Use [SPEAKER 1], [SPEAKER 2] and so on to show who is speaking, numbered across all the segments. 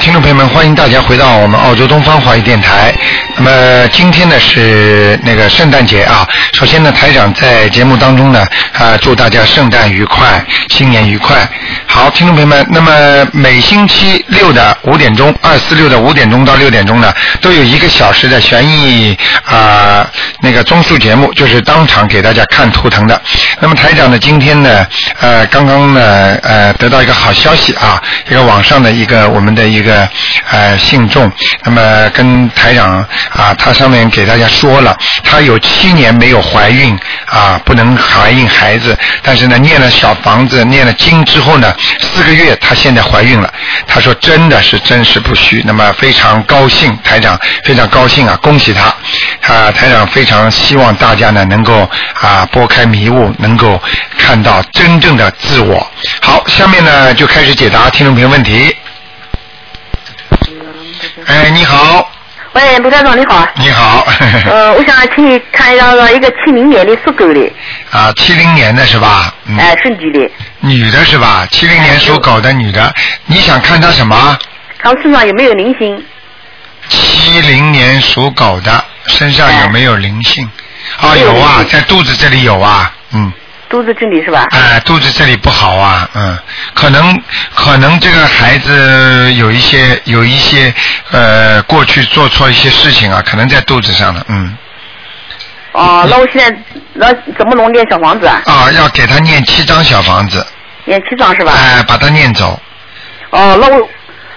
[SPEAKER 1] 听众朋友们，欢迎大家回到我们澳洲东方华语电台。那么今天呢是那个圣诞节啊，首先呢台长在节目当中呢啊祝大家圣诞愉快，新年愉快。好，听众朋友们，那么每星期六的五点钟，二四六的五点钟到六点钟呢，都有一个小时的悬疑啊、那个综述节目，就是当场给大家看图腾的。那么台长呢今天呢呃刚刚呢呃得到一个好消息啊，一个网上的一个我们的一个呃信众，那么跟台长啊，他上面给大家说了，他有七年没有怀孕啊，不能怀孕孩子，但是呢念了小房子，念了经嗯之后呢，四个月她现在怀孕了，她说真的是真实不虚，那么非常高兴，台长非常高兴啊，恭喜她啊，台长非常希望大家呢能够啊拨开迷雾，能够看到真正的自我。好，下面呢就开始解答听众朋友问题。哎，你好，
[SPEAKER 2] 喂，卢站长你好啊。
[SPEAKER 1] 你好，
[SPEAKER 2] 呃，我想请你看一张一个七零年的属狗的，
[SPEAKER 1] 啊，七零年的是吧？嗯，
[SPEAKER 2] 哎、是女的，
[SPEAKER 1] 女的是吧？七零年属狗的女的，你想看她什么？
[SPEAKER 2] 看我身上有没有灵性？
[SPEAKER 1] 七零年属狗的身上有没有灵性？啊，
[SPEAKER 2] 哦没有
[SPEAKER 1] 有啊
[SPEAKER 2] 灵，性
[SPEAKER 1] 在肚子这里有啊，嗯，
[SPEAKER 2] 肚子这里是吧？
[SPEAKER 1] 哎，肚子这里不好啊，嗯，可能可能这个孩子有一些有一些呃过去做错一些事情啊，可能在肚子上的，嗯，
[SPEAKER 2] 哦、那我现在那怎么弄点小房子啊？
[SPEAKER 1] 啊，要给他念七张小房子，
[SPEAKER 2] 念七张是吧？
[SPEAKER 1] 哎，把他念走，
[SPEAKER 2] 哦、那我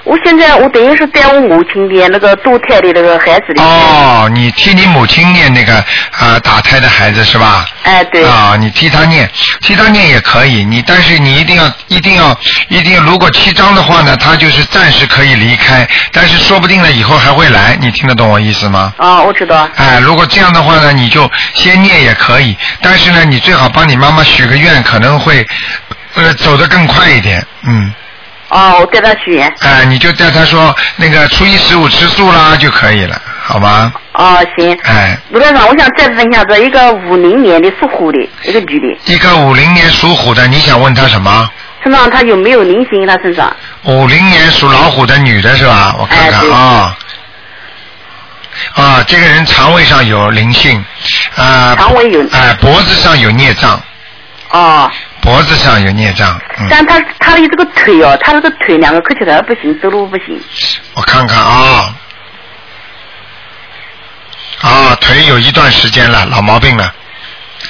[SPEAKER 2] 我现在我等于是在我母亲的那个堕胎的那个孩子的，
[SPEAKER 1] 哦，你替你母亲念那个啊、呃打胎的孩子是吧？
[SPEAKER 2] 哎对，
[SPEAKER 1] 啊，你替他念，替他念也可以，你但是你一定要一定要一定要，如果七张的话呢，他就是暂时可以离开，但是说不定呢以后还会来，你听得懂我意思吗？
[SPEAKER 2] 啊、我知道，
[SPEAKER 1] 哎，如果这样的话呢，你就先念也可以，但是呢，你最好帮你妈妈许个愿，可能会呃走得更快一点，嗯。
[SPEAKER 2] 啊、我带他许愿，
[SPEAKER 1] 哎、你就带他说那个初一十五吃素啦就可以了，好吗？
[SPEAKER 2] 啊、行。
[SPEAKER 1] 哎，
[SPEAKER 2] 卢站长，我想再问一下，这一个五零年的属虎的一个女的，
[SPEAKER 1] 一个五零年属虎的，你想问他什么？
[SPEAKER 2] 身上她有没有灵性？她身上
[SPEAKER 1] 五零年属老虎的女的是吧？我看看
[SPEAKER 2] 哎对
[SPEAKER 1] 啊、啊，这个人肠胃上有灵性，啊、
[SPEAKER 2] 肠胃有
[SPEAKER 1] 哎、脖子上有孽障，
[SPEAKER 2] 哦。
[SPEAKER 1] 脖子上有孽障，嗯，
[SPEAKER 2] 但他他的这个腿哦，他这个腿两个磕起来不行，走路不行。
[SPEAKER 1] 我看看啊、啊，腿有一段时间了，老毛病了。嗯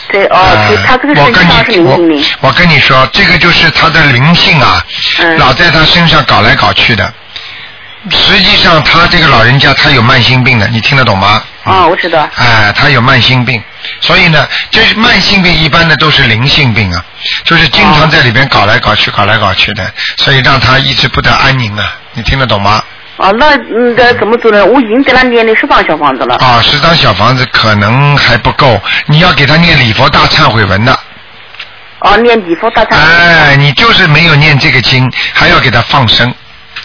[SPEAKER 2] 对哦，对，他这个
[SPEAKER 1] 啊我
[SPEAKER 2] 身
[SPEAKER 1] 跟
[SPEAKER 2] 上是
[SPEAKER 1] 你
[SPEAKER 2] 灵性的。
[SPEAKER 1] 我我跟你说，这个就是他的灵性啊，
[SPEAKER 2] 嗯
[SPEAKER 1] 老在他身上搞来搞去的。实际上，他这个老人家他有慢性病的，你听得懂吗？嗯
[SPEAKER 2] 哦，我知道。
[SPEAKER 1] 哎，他有慢性病，所以呢，这是慢性病一般的都是灵性病啊，就是经常在里边搞来搞去、搞来搞去的，所以让他一直不得安宁啊。你听得懂吗？
[SPEAKER 2] 哦，那嗯，该怎么做呢？我已经给他念了十张小房子了。
[SPEAKER 1] 啊，十张小房子可能还不够，你要给他念礼佛大忏悔文的。
[SPEAKER 2] 哦，念几佛大忏。
[SPEAKER 1] 哎，你就是没有念这个经，还要给他放生，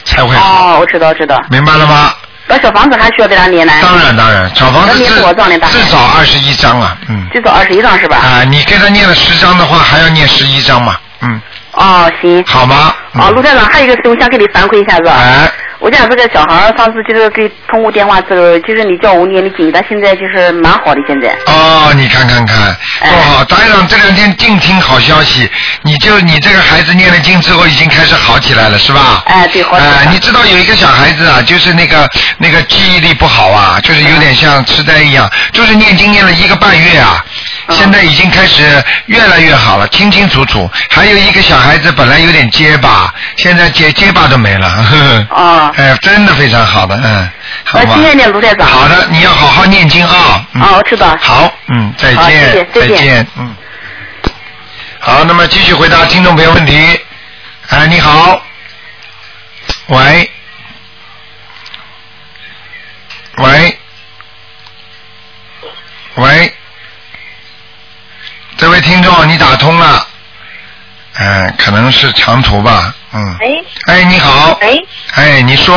[SPEAKER 1] 才会好，
[SPEAKER 2] 哦，我知道，知道。
[SPEAKER 1] 明白了吗？
[SPEAKER 2] 那小房子还需要给他念呢？
[SPEAKER 1] 当然当然，小房子
[SPEAKER 2] 哎那你
[SPEAKER 1] 至
[SPEAKER 2] 我让你打开
[SPEAKER 1] 至少二十一章啊，嗯，
[SPEAKER 2] 最少二十一张是吧？
[SPEAKER 1] 啊，你给他念了十章的话，还要念十一章嘛，嗯，
[SPEAKER 2] 哦，行。
[SPEAKER 1] 好吗？嗯
[SPEAKER 2] 哦，陆站长，还有一个事我想给你反馈一下子啊。
[SPEAKER 1] 哎，
[SPEAKER 2] 我讲这个小孩儿上次就是给通过电话之后，就是你叫我念的经，他现在就是蛮好的，现在。
[SPEAKER 1] 哦，你看看看，
[SPEAKER 2] 哎
[SPEAKER 1] 不好，台长这两天净听好消息，你就你这个孩子念了经之后，已经开始好起来了，是吧？
[SPEAKER 2] 哎，对，好
[SPEAKER 1] 啊、
[SPEAKER 2] 起来了。
[SPEAKER 1] 你知道有一个小孩子啊，就是那个那个记忆力不好啊，就是有点像痴呆一样，就是念经念了一个半月啊，
[SPEAKER 2] 嗯
[SPEAKER 1] 现在已经开始越来越好了，清清楚楚。还有一个小孩子本来有点结巴，现在结结巴都没了，呵呵
[SPEAKER 2] 哦，
[SPEAKER 1] 哎，真的非常好的，嗯，好
[SPEAKER 2] 那
[SPEAKER 1] 吧
[SPEAKER 2] 谢。谢你，卢站长。
[SPEAKER 1] 好的，你要好好念经啊。嗯
[SPEAKER 2] 哦，我知道。
[SPEAKER 1] 好，嗯，再
[SPEAKER 2] 好谢
[SPEAKER 1] 见
[SPEAKER 2] 谢，再见
[SPEAKER 1] 嗯。好，那么继续回答听众朋友问题。哎，你好，喂，喂，喂，这位听众，你打通了，嗯、可能是长途吧，嗯，
[SPEAKER 3] 喂
[SPEAKER 1] 哎，你好，
[SPEAKER 3] 喂，
[SPEAKER 1] 哎，你说，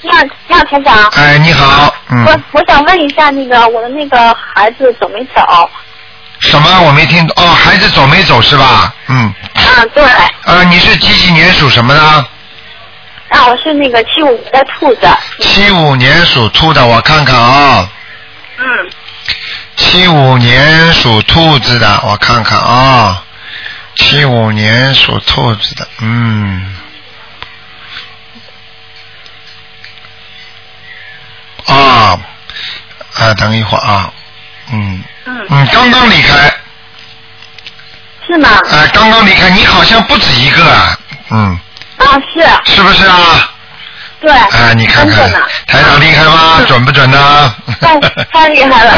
[SPEAKER 3] 你好，你好，田长。
[SPEAKER 1] 哎，你好，嗯，
[SPEAKER 3] 我我想问一下，那个我的那个孩子走没走？
[SPEAKER 1] 什么？我没听懂，哦，孩子走没走是吧？嗯，
[SPEAKER 3] 嗯，对，
[SPEAKER 1] 啊，你是几几年属什么的？
[SPEAKER 3] 啊，我是那个七五年的兔子。
[SPEAKER 1] 七五年属兔的，我看看啊。
[SPEAKER 3] 嗯。
[SPEAKER 1] 七五年属兔子的，我看看啊。七五年属兔子的，嗯。啊啊，等一会儿啊，嗯
[SPEAKER 3] 嗯，
[SPEAKER 1] 嗯，刚刚离开，
[SPEAKER 3] 是吗？
[SPEAKER 1] 啊，刚刚离开，你好像不止一个啊，嗯，
[SPEAKER 3] 啊，是，
[SPEAKER 1] 是不是啊？
[SPEAKER 3] 对。
[SPEAKER 1] 啊，你看看
[SPEAKER 3] 真的呢，嗯
[SPEAKER 1] 台长厉害吗？准不准呢？。
[SPEAKER 3] 太太厉害了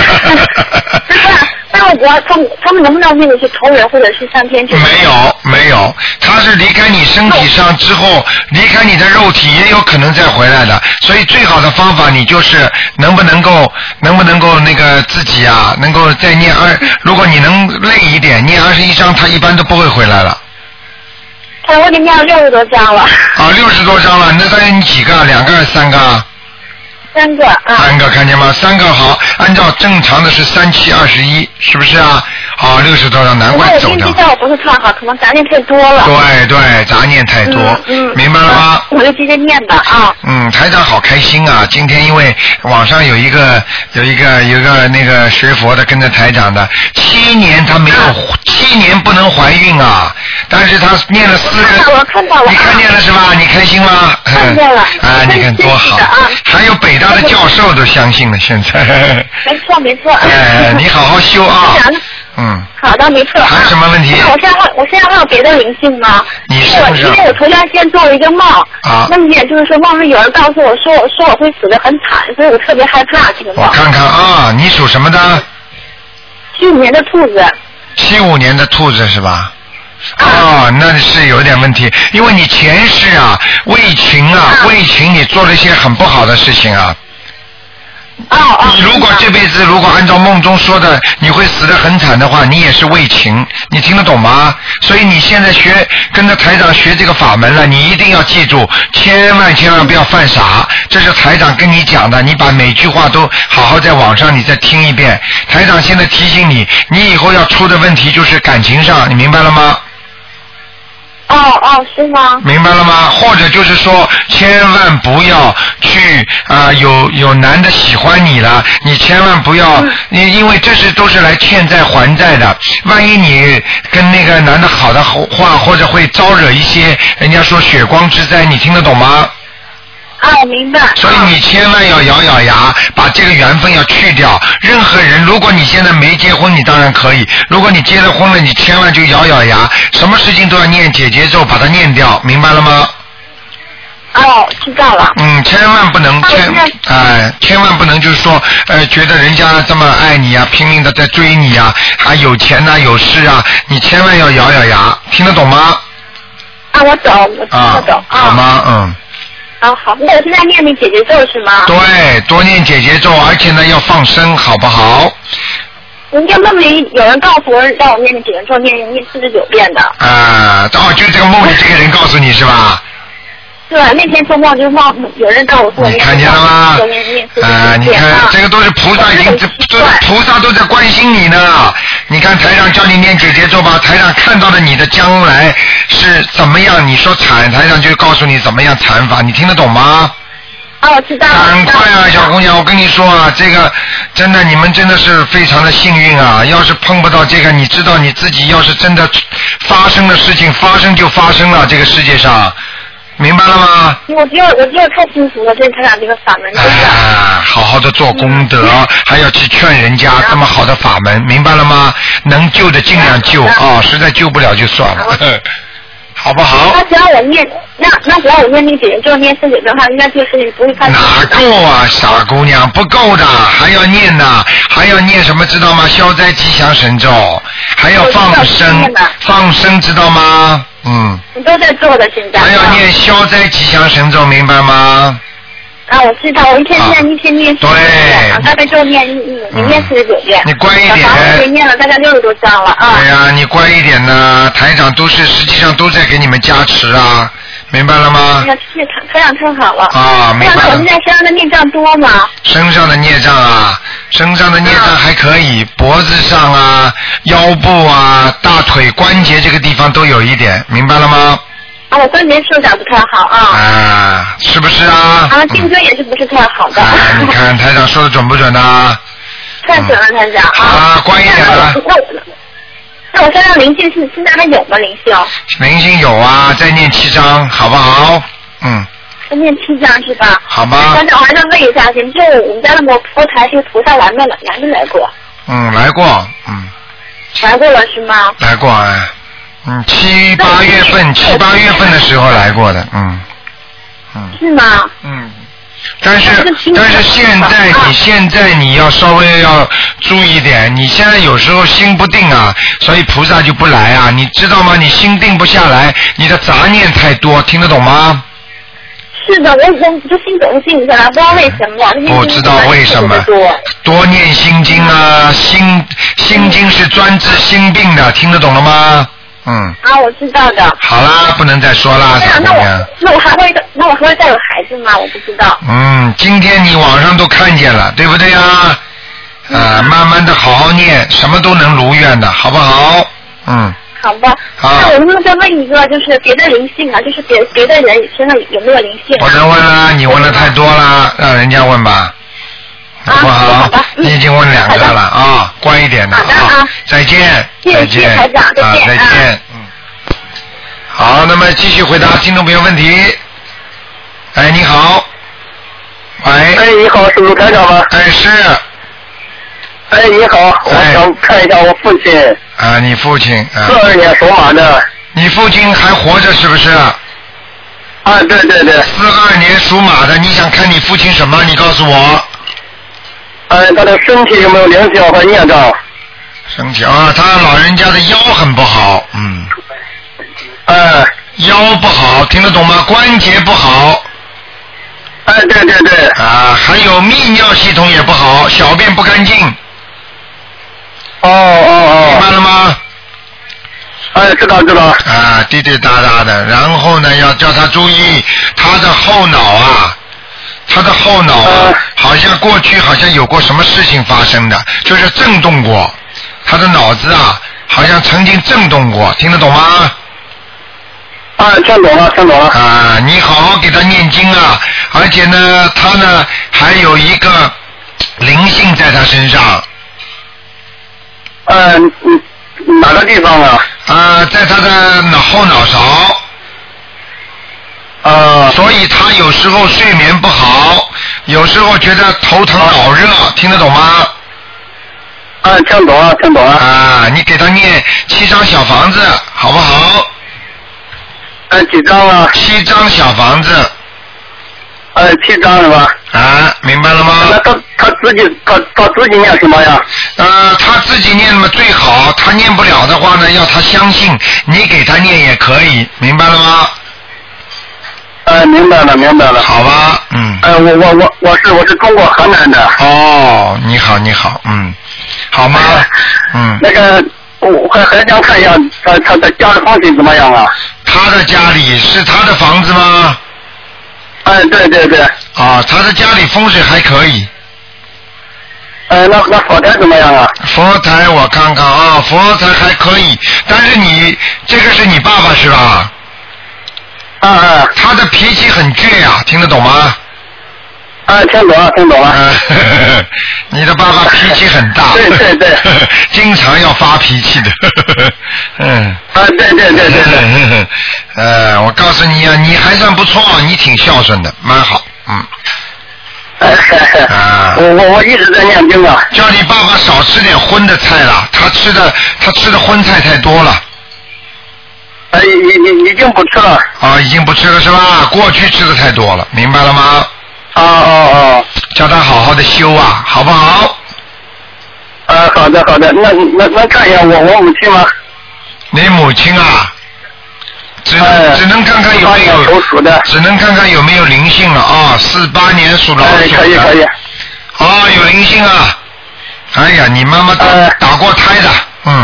[SPEAKER 3] 那那我他们他们能不能那个去投人或者是上天去？
[SPEAKER 1] 没有，没有，他是离开你身体上之后，离开你的肉体，也有可能再回来的。所以最好的方法，你就是能不能够，能不能够那个自己啊，能够再念二，如果你能累一点，念二十一章，他一般都不会回来了。
[SPEAKER 3] 哎，我已经念了六十多 章了，
[SPEAKER 1] 啊，六十多章了，那大概你几个？两个、三个啊？
[SPEAKER 3] 三个啊，
[SPEAKER 1] 三个，看见吗？三个好，按照正常的是三七二十一，是不是啊？好，六十多章，难
[SPEAKER 3] 可能
[SPEAKER 1] 怪
[SPEAKER 3] 我
[SPEAKER 1] 走
[SPEAKER 3] 运
[SPEAKER 1] 掉
[SPEAKER 3] 气。效果不是特好，可能杂念太多了。
[SPEAKER 1] 对对，杂念太多，
[SPEAKER 3] 嗯嗯，
[SPEAKER 1] 明白了吗？
[SPEAKER 3] 嗯我就直接念吧啊。
[SPEAKER 1] 嗯，台长好开心啊！今天因为网上有一个有一个有一个那个学佛的跟着台长的，七年他没有、
[SPEAKER 3] 啊
[SPEAKER 1] 七年不能怀孕啊，但是他念了四个，
[SPEAKER 3] 我看到了我看到了
[SPEAKER 1] 你看见了是吧？你开心吗？
[SPEAKER 3] 看见了
[SPEAKER 1] 啊，你看多好
[SPEAKER 3] 真是的啊！
[SPEAKER 1] 还有北大的教授都相信了，现在。
[SPEAKER 3] 没错没错。
[SPEAKER 1] 哎，你好好修 啊
[SPEAKER 3] 是的！
[SPEAKER 1] 嗯，
[SPEAKER 3] 好的，没错。啊
[SPEAKER 1] 还有什么问题
[SPEAKER 3] 那我现在还我现在还有别的灵性吗？
[SPEAKER 1] 你是不是
[SPEAKER 3] 因为我因为我头两天做了一个梦，
[SPEAKER 1] 啊
[SPEAKER 3] 梦见就是说梦里有人告诉我说说我会死的很惨，所以我特别害怕这个
[SPEAKER 1] 我
[SPEAKER 3] 梦。
[SPEAKER 1] 看看啊，你属什么的？
[SPEAKER 3] 去年的兔子，
[SPEAKER 1] 七五年的兔子是吧？哦，那是有点问题，因为你前世啊，为情啊，
[SPEAKER 3] 啊
[SPEAKER 1] 为情你做了一些很不好的事情啊。
[SPEAKER 3] 哦哦。
[SPEAKER 1] 你如果这辈子如果按照梦中说的，你会死得很惨的话，你也是为情，你听得懂吗？所以你现在学跟着台长学这个法门了，你一定要记住，千万千万不要犯傻，这是台长跟你讲的，你把每句话都好好在网上你再听一遍。台长现在提醒你，你以后要出的问题就是感情上，你明白了吗？
[SPEAKER 3] 哦哦，是吗？
[SPEAKER 1] 明白了吗？或者就是说，千万不要去啊、有有男的喜欢你了，你千万不要，因因为这是都是来欠债还债的。万一你跟那个男的好的话，或者会招惹一些人家说血光之灾，你听得懂吗？
[SPEAKER 3] 啊，我明白。
[SPEAKER 1] 所以你千万要咬咬牙，把这个缘分要去掉。任何人，如果你现在没结婚，你当然可以；如果你结了婚了，你千万就咬咬牙，什么事情都要念姐姐咒，把它念掉，明白了吗？
[SPEAKER 3] 哦，知道了。
[SPEAKER 1] 嗯，千万不能
[SPEAKER 3] 啊
[SPEAKER 1] 千
[SPEAKER 3] 那
[SPEAKER 1] 哎、千万不能就是说，呃，觉得人家这么爱你啊，拼命的在追你啊，还有钱呐、有势啊，你千万要咬咬牙，听得懂吗？
[SPEAKER 3] 啊，我懂，我听
[SPEAKER 1] 啊
[SPEAKER 3] 得懂，啊。
[SPEAKER 1] 好？吗？嗯，
[SPEAKER 3] 啊，好。那我现在念你姐姐咒是吗？
[SPEAKER 1] 对，多念姐姐咒，而且呢要放生，好不好？
[SPEAKER 3] 人家梦里有人告诉我让我念你姐姐咒，念念四十九遍的。
[SPEAKER 1] 啊、哦，就这个梦里这个人告诉你是吧？
[SPEAKER 3] 对，那天做梦就梦有人告我做
[SPEAKER 1] 你看见了吗
[SPEAKER 3] 做念念？四
[SPEAKER 1] 啊、
[SPEAKER 3] 十九
[SPEAKER 1] 你
[SPEAKER 3] 遍
[SPEAKER 1] 看
[SPEAKER 3] 啊
[SPEAKER 1] 这个都是菩萨已经，这这菩萨都在关心你呢。你看台长叫你念姐姐咒吧，台长看到了你的将来是怎么样，你说惨，台长就告诉你怎么样惨法，你听得懂吗？
[SPEAKER 3] 啊，我知道了。
[SPEAKER 1] 赶快啊，
[SPEAKER 3] 知
[SPEAKER 1] 小
[SPEAKER 3] 道了
[SPEAKER 1] 姑娘，我跟你说啊，这个真的，你们真的是非常的幸运啊！要是碰不到这个，你知道你自己要是真的发生的事情，发生就发生了，这个世界上，明白了吗？
[SPEAKER 3] 我觉得我觉得太幸福了，这是他俩这个法门，真的。
[SPEAKER 1] 啊，好好的做功德，还要去劝人
[SPEAKER 3] 嗯
[SPEAKER 1] 家这么好的法门，明白了吗？能救的尽量救啊、
[SPEAKER 3] 嗯
[SPEAKER 1] 实在救不了就算了， 好不好
[SPEAKER 3] 那？只要我念，那那只要我念那姐姐咒念四十九遍的话，应该这个事情不会发生。
[SPEAKER 1] 哪够啊，傻姑娘，不够的，还要念呢，还要念什么知道吗？消灾吉祥神咒，还要放
[SPEAKER 3] 我
[SPEAKER 1] 生
[SPEAKER 3] 知道我知道念的，
[SPEAKER 1] 放生知道吗？嗯，
[SPEAKER 3] 你都在做的现在。
[SPEAKER 1] 还要哎念消灾吉祥神咒，明白吗？
[SPEAKER 3] 啊，我知道，我一天念、一天念四十九遍，啊，大概就念一一念四十九遍。
[SPEAKER 1] 嗯你乖一点
[SPEAKER 3] 然后我也念了大概六十多章了啊
[SPEAKER 1] 对。哎呀、你乖一点呐，台长都是实际上都在给你们加持啊，明白了吗
[SPEAKER 3] 哎？呀，谢谢他，他俩太好了。
[SPEAKER 1] 啊明白了
[SPEAKER 3] 那我现在身上的孽障多吗？
[SPEAKER 1] 身上的孽障啊，身上的孽障还可以，脖子上啊、腰部啊、大腿关节这个地方都有一点，明白了吗？
[SPEAKER 3] 啊，我关节受长不太好啊。
[SPEAKER 1] 啊，是不是啊？
[SPEAKER 3] 啊，颈椎也是不是太好的。
[SPEAKER 1] 啊，你看台长说的准不准啊呢、
[SPEAKER 3] 太准了，台长啊。
[SPEAKER 1] 啊关一点啊
[SPEAKER 3] 那我那我身上灵性是现在还有吗？灵性？
[SPEAKER 1] 明星有啊，再念七章，好不好？嗯，
[SPEAKER 3] 再念七张是吧？
[SPEAKER 1] 好吗
[SPEAKER 3] 台？长，我还想问一下，您这我们家的佛佛台这个菩萨来没来来没来过？
[SPEAKER 1] 嗯，来过，嗯，
[SPEAKER 3] 来过了是吗？
[SPEAKER 1] 来过哎，嗯，七八月份，七八月份的时候来过的，嗯嗯
[SPEAKER 3] 是吗？
[SPEAKER 1] 嗯。但是但是现在
[SPEAKER 3] 啊
[SPEAKER 1] 你现在你要稍微要注意点，你现在有时候心不定啊，所以菩萨就不来啊，你知道吗？你心定不下来，你的杂念太多，听得懂吗？
[SPEAKER 3] 是的，我我就心总是静不下来，不知道为什么。
[SPEAKER 1] 不知道为什么
[SPEAKER 3] 多。
[SPEAKER 1] 多念心经啊，心心经是专治心病的，听得懂了吗？嗯，
[SPEAKER 3] 啊，我知道的。
[SPEAKER 1] 好啦，不能再说啦，
[SPEAKER 3] 台
[SPEAKER 1] 小
[SPEAKER 3] 长，
[SPEAKER 1] 姑
[SPEAKER 3] 啊那
[SPEAKER 1] 娘
[SPEAKER 3] 我。那我还会那我还会再有孩子吗？我不知道。
[SPEAKER 1] 嗯，今天你网上都看见了，对不对呀？啊、
[SPEAKER 3] 嗯
[SPEAKER 1] 慢慢的好好念，什么都能如愿的，好不好？嗯，
[SPEAKER 3] 好吧，
[SPEAKER 1] 好
[SPEAKER 3] 那我能不能再问一个，就是别的灵性啊，就是别别的人身上有没有灵性、
[SPEAKER 1] 不
[SPEAKER 3] 啊？
[SPEAKER 1] 能问啦，你问的太多啦，让人家问吧，
[SPEAKER 3] 啊
[SPEAKER 1] 好不
[SPEAKER 3] 好的嗯
[SPEAKER 1] 你已经问两个
[SPEAKER 3] 好
[SPEAKER 1] 了啊，乖一点
[SPEAKER 3] 好的
[SPEAKER 1] 啊
[SPEAKER 3] 啊，
[SPEAKER 1] 再见，
[SPEAKER 3] 谢谢
[SPEAKER 1] 再见，
[SPEAKER 3] 台长再
[SPEAKER 1] 啊，
[SPEAKER 3] 见
[SPEAKER 1] 再
[SPEAKER 3] 啊
[SPEAKER 1] 见，嗯。好，那么继续回答听众朋友问题。哎，你好，喂，
[SPEAKER 4] 哎，你好，是卢台长吗？
[SPEAKER 1] 哎是
[SPEAKER 4] 哎，你好，我
[SPEAKER 1] 哎
[SPEAKER 4] 想看一下我父亲，
[SPEAKER 1] 啊，你父亲啊
[SPEAKER 4] 四，二年属马的。
[SPEAKER 1] 你父亲还活着是不是？
[SPEAKER 4] 啊，对对对，
[SPEAKER 1] 四二年属马的，你想看你父亲什么？你告诉我。
[SPEAKER 4] 哎，他的身体有没有灵性和孽障？
[SPEAKER 1] 身体啊，他老人家的腰很不好，嗯，呃
[SPEAKER 4] 哎，
[SPEAKER 1] 腰不好，听得懂吗？关节不好
[SPEAKER 4] 哎，对对对，
[SPEAKER 1] 啊，还有泌尿系统也不好，小便不干净，明
[SPEAKER 4] 哦哦
[SPEAKER 1] 白了吗？
[SPEAKER 4] 哦，哎，知道知道，
[SPEAKER 1] 啊，滴滴答答的，然后呢，要叫他注意他的后脑啊，他的后脑啊
[SPEAKER 4] 呃，
[SPEAKER 1] 好像过去好像有过什么事情发生的，就是震动过，他的脑子啊，好像曾经震动过，听得懂吗？
[SPEAKER 4] 啊，听懂了听懂了，
[SPEAKER 1] 啊，你好好给他念经啊，而且呢，他呢还有一个灵性在他身上
[SPEAKER 4] 哎，嗯，嗯哪个地方啊？
[SPEAKER 1] 啊，在他的脑后脑勺。
[SPEAKER 4] 啊，
[SPEAKER 1] 所以他有时候睡眠不好，有时候觉得头疼脑热，听得懂吗？
[SPEAKER 4] 哎，听懂了听懂了，
[SPEAKER 1] 啊，你给他念七张小房子，好不好？
[SPEAKER 4] 哎，几张啊？
[SPEAKER 1] 七张小房子
[SPEAKER 4] 哎，七张是吧？
[SPEAKER 1] 啊，明白了
[SPEAKER 4] 那
[SPEAKER 1] 吗？
[SPEAKER 4] 他他自己他他自己念什么呀？
[SPEAKER 1] 呃，他自己念嘛最好，他念不了的话呢，要他相信你给他念也可以，明白了吗？
[SPEAKER 4] 哎，明白了明白了。
[SPEAKER 1] 好吧，嗯。
[SPEAKER 5] 啊
[SPEAKER 4] 哎，我我我我是我是中国河南的。
[SPEAKER 1] 哦，你好，你好，嗯，好吗？嗯，
[SPEAKER 4] 那个，我还还想看一下他他的家的风景怎么样啊？
[SPEAKER 1] 他的家里是他的房子吗？
[SPEAKER 4] 哎，对对对，
[SPEAKER 1] 啊，他的家里风水还可以，
[SPEAKER 4] 哎，那那佛台怎么样啊？
[SPEAKER 1] 佛台我看看啊，佛台还可以，但是你这个是你爸爸是吧？
[SPEAKER 4] 啊啊，
[SPEAKER 1] 他的脾气很倔呀、听得懂吗？
[SPEAKER 4] 哎，听懂了，听懂了。
[SPEAKER 1] 啊， 你的爸爸脾气很大，
[SPEAKER 4] 对对对，
[SPEAKER 1] 经常要发脾气的， 嗯。
[SPEAKER 4] 啊，对对对对对，
[SPEAKER 1] 呃，我告诉你啊，你还算不错，你挺孝顺的，蛮好，嗯。
[SPEAKER 4] 哎，嘿嘿
[SPEAKER 1] 啊
[SPEAKER 4] 我我我一直在念经啊。
[SPEAKER 1] 叫你爸爸少吃点荤的菜啦，他吃的他吃的荤菜太多了
[SPEAKER 4] 哎，已已已经不吃了。
[SPEAKER 1] 啊，已经不吃了是吧？过去吃的太多了，明白了吗？
[SPEAKER 4] 啊哦
[SPEAKER 1] 叫他好好的修啊，好不好？
[SPEAKER 4] 哦，啊，好的好的，那那能看一下我我母亲吗？
[SPEAKER 1] 你母亲啊，只能、
[SPEAKER 4] 哎
[SPEAKER 1] 只能看看有没
[SPEAKER 4] 八年属，
[SPEAKER 1] 有
[SPEAKER 4] 鼠的。
[SPEAKER 1] 只能看看有没有灵性了啊。四八年属老
[SPEAKER 4] 哎，
[SPEAKER 1] 鼠的，啊
[SPEAKER 4] 可以可以。
[SPEAKER 1] 哦，有灵性啊！哎呀，你妈妈打、
[SPEAKER 4] 哎
[SPEAKER 1] 打过胎的，嗯，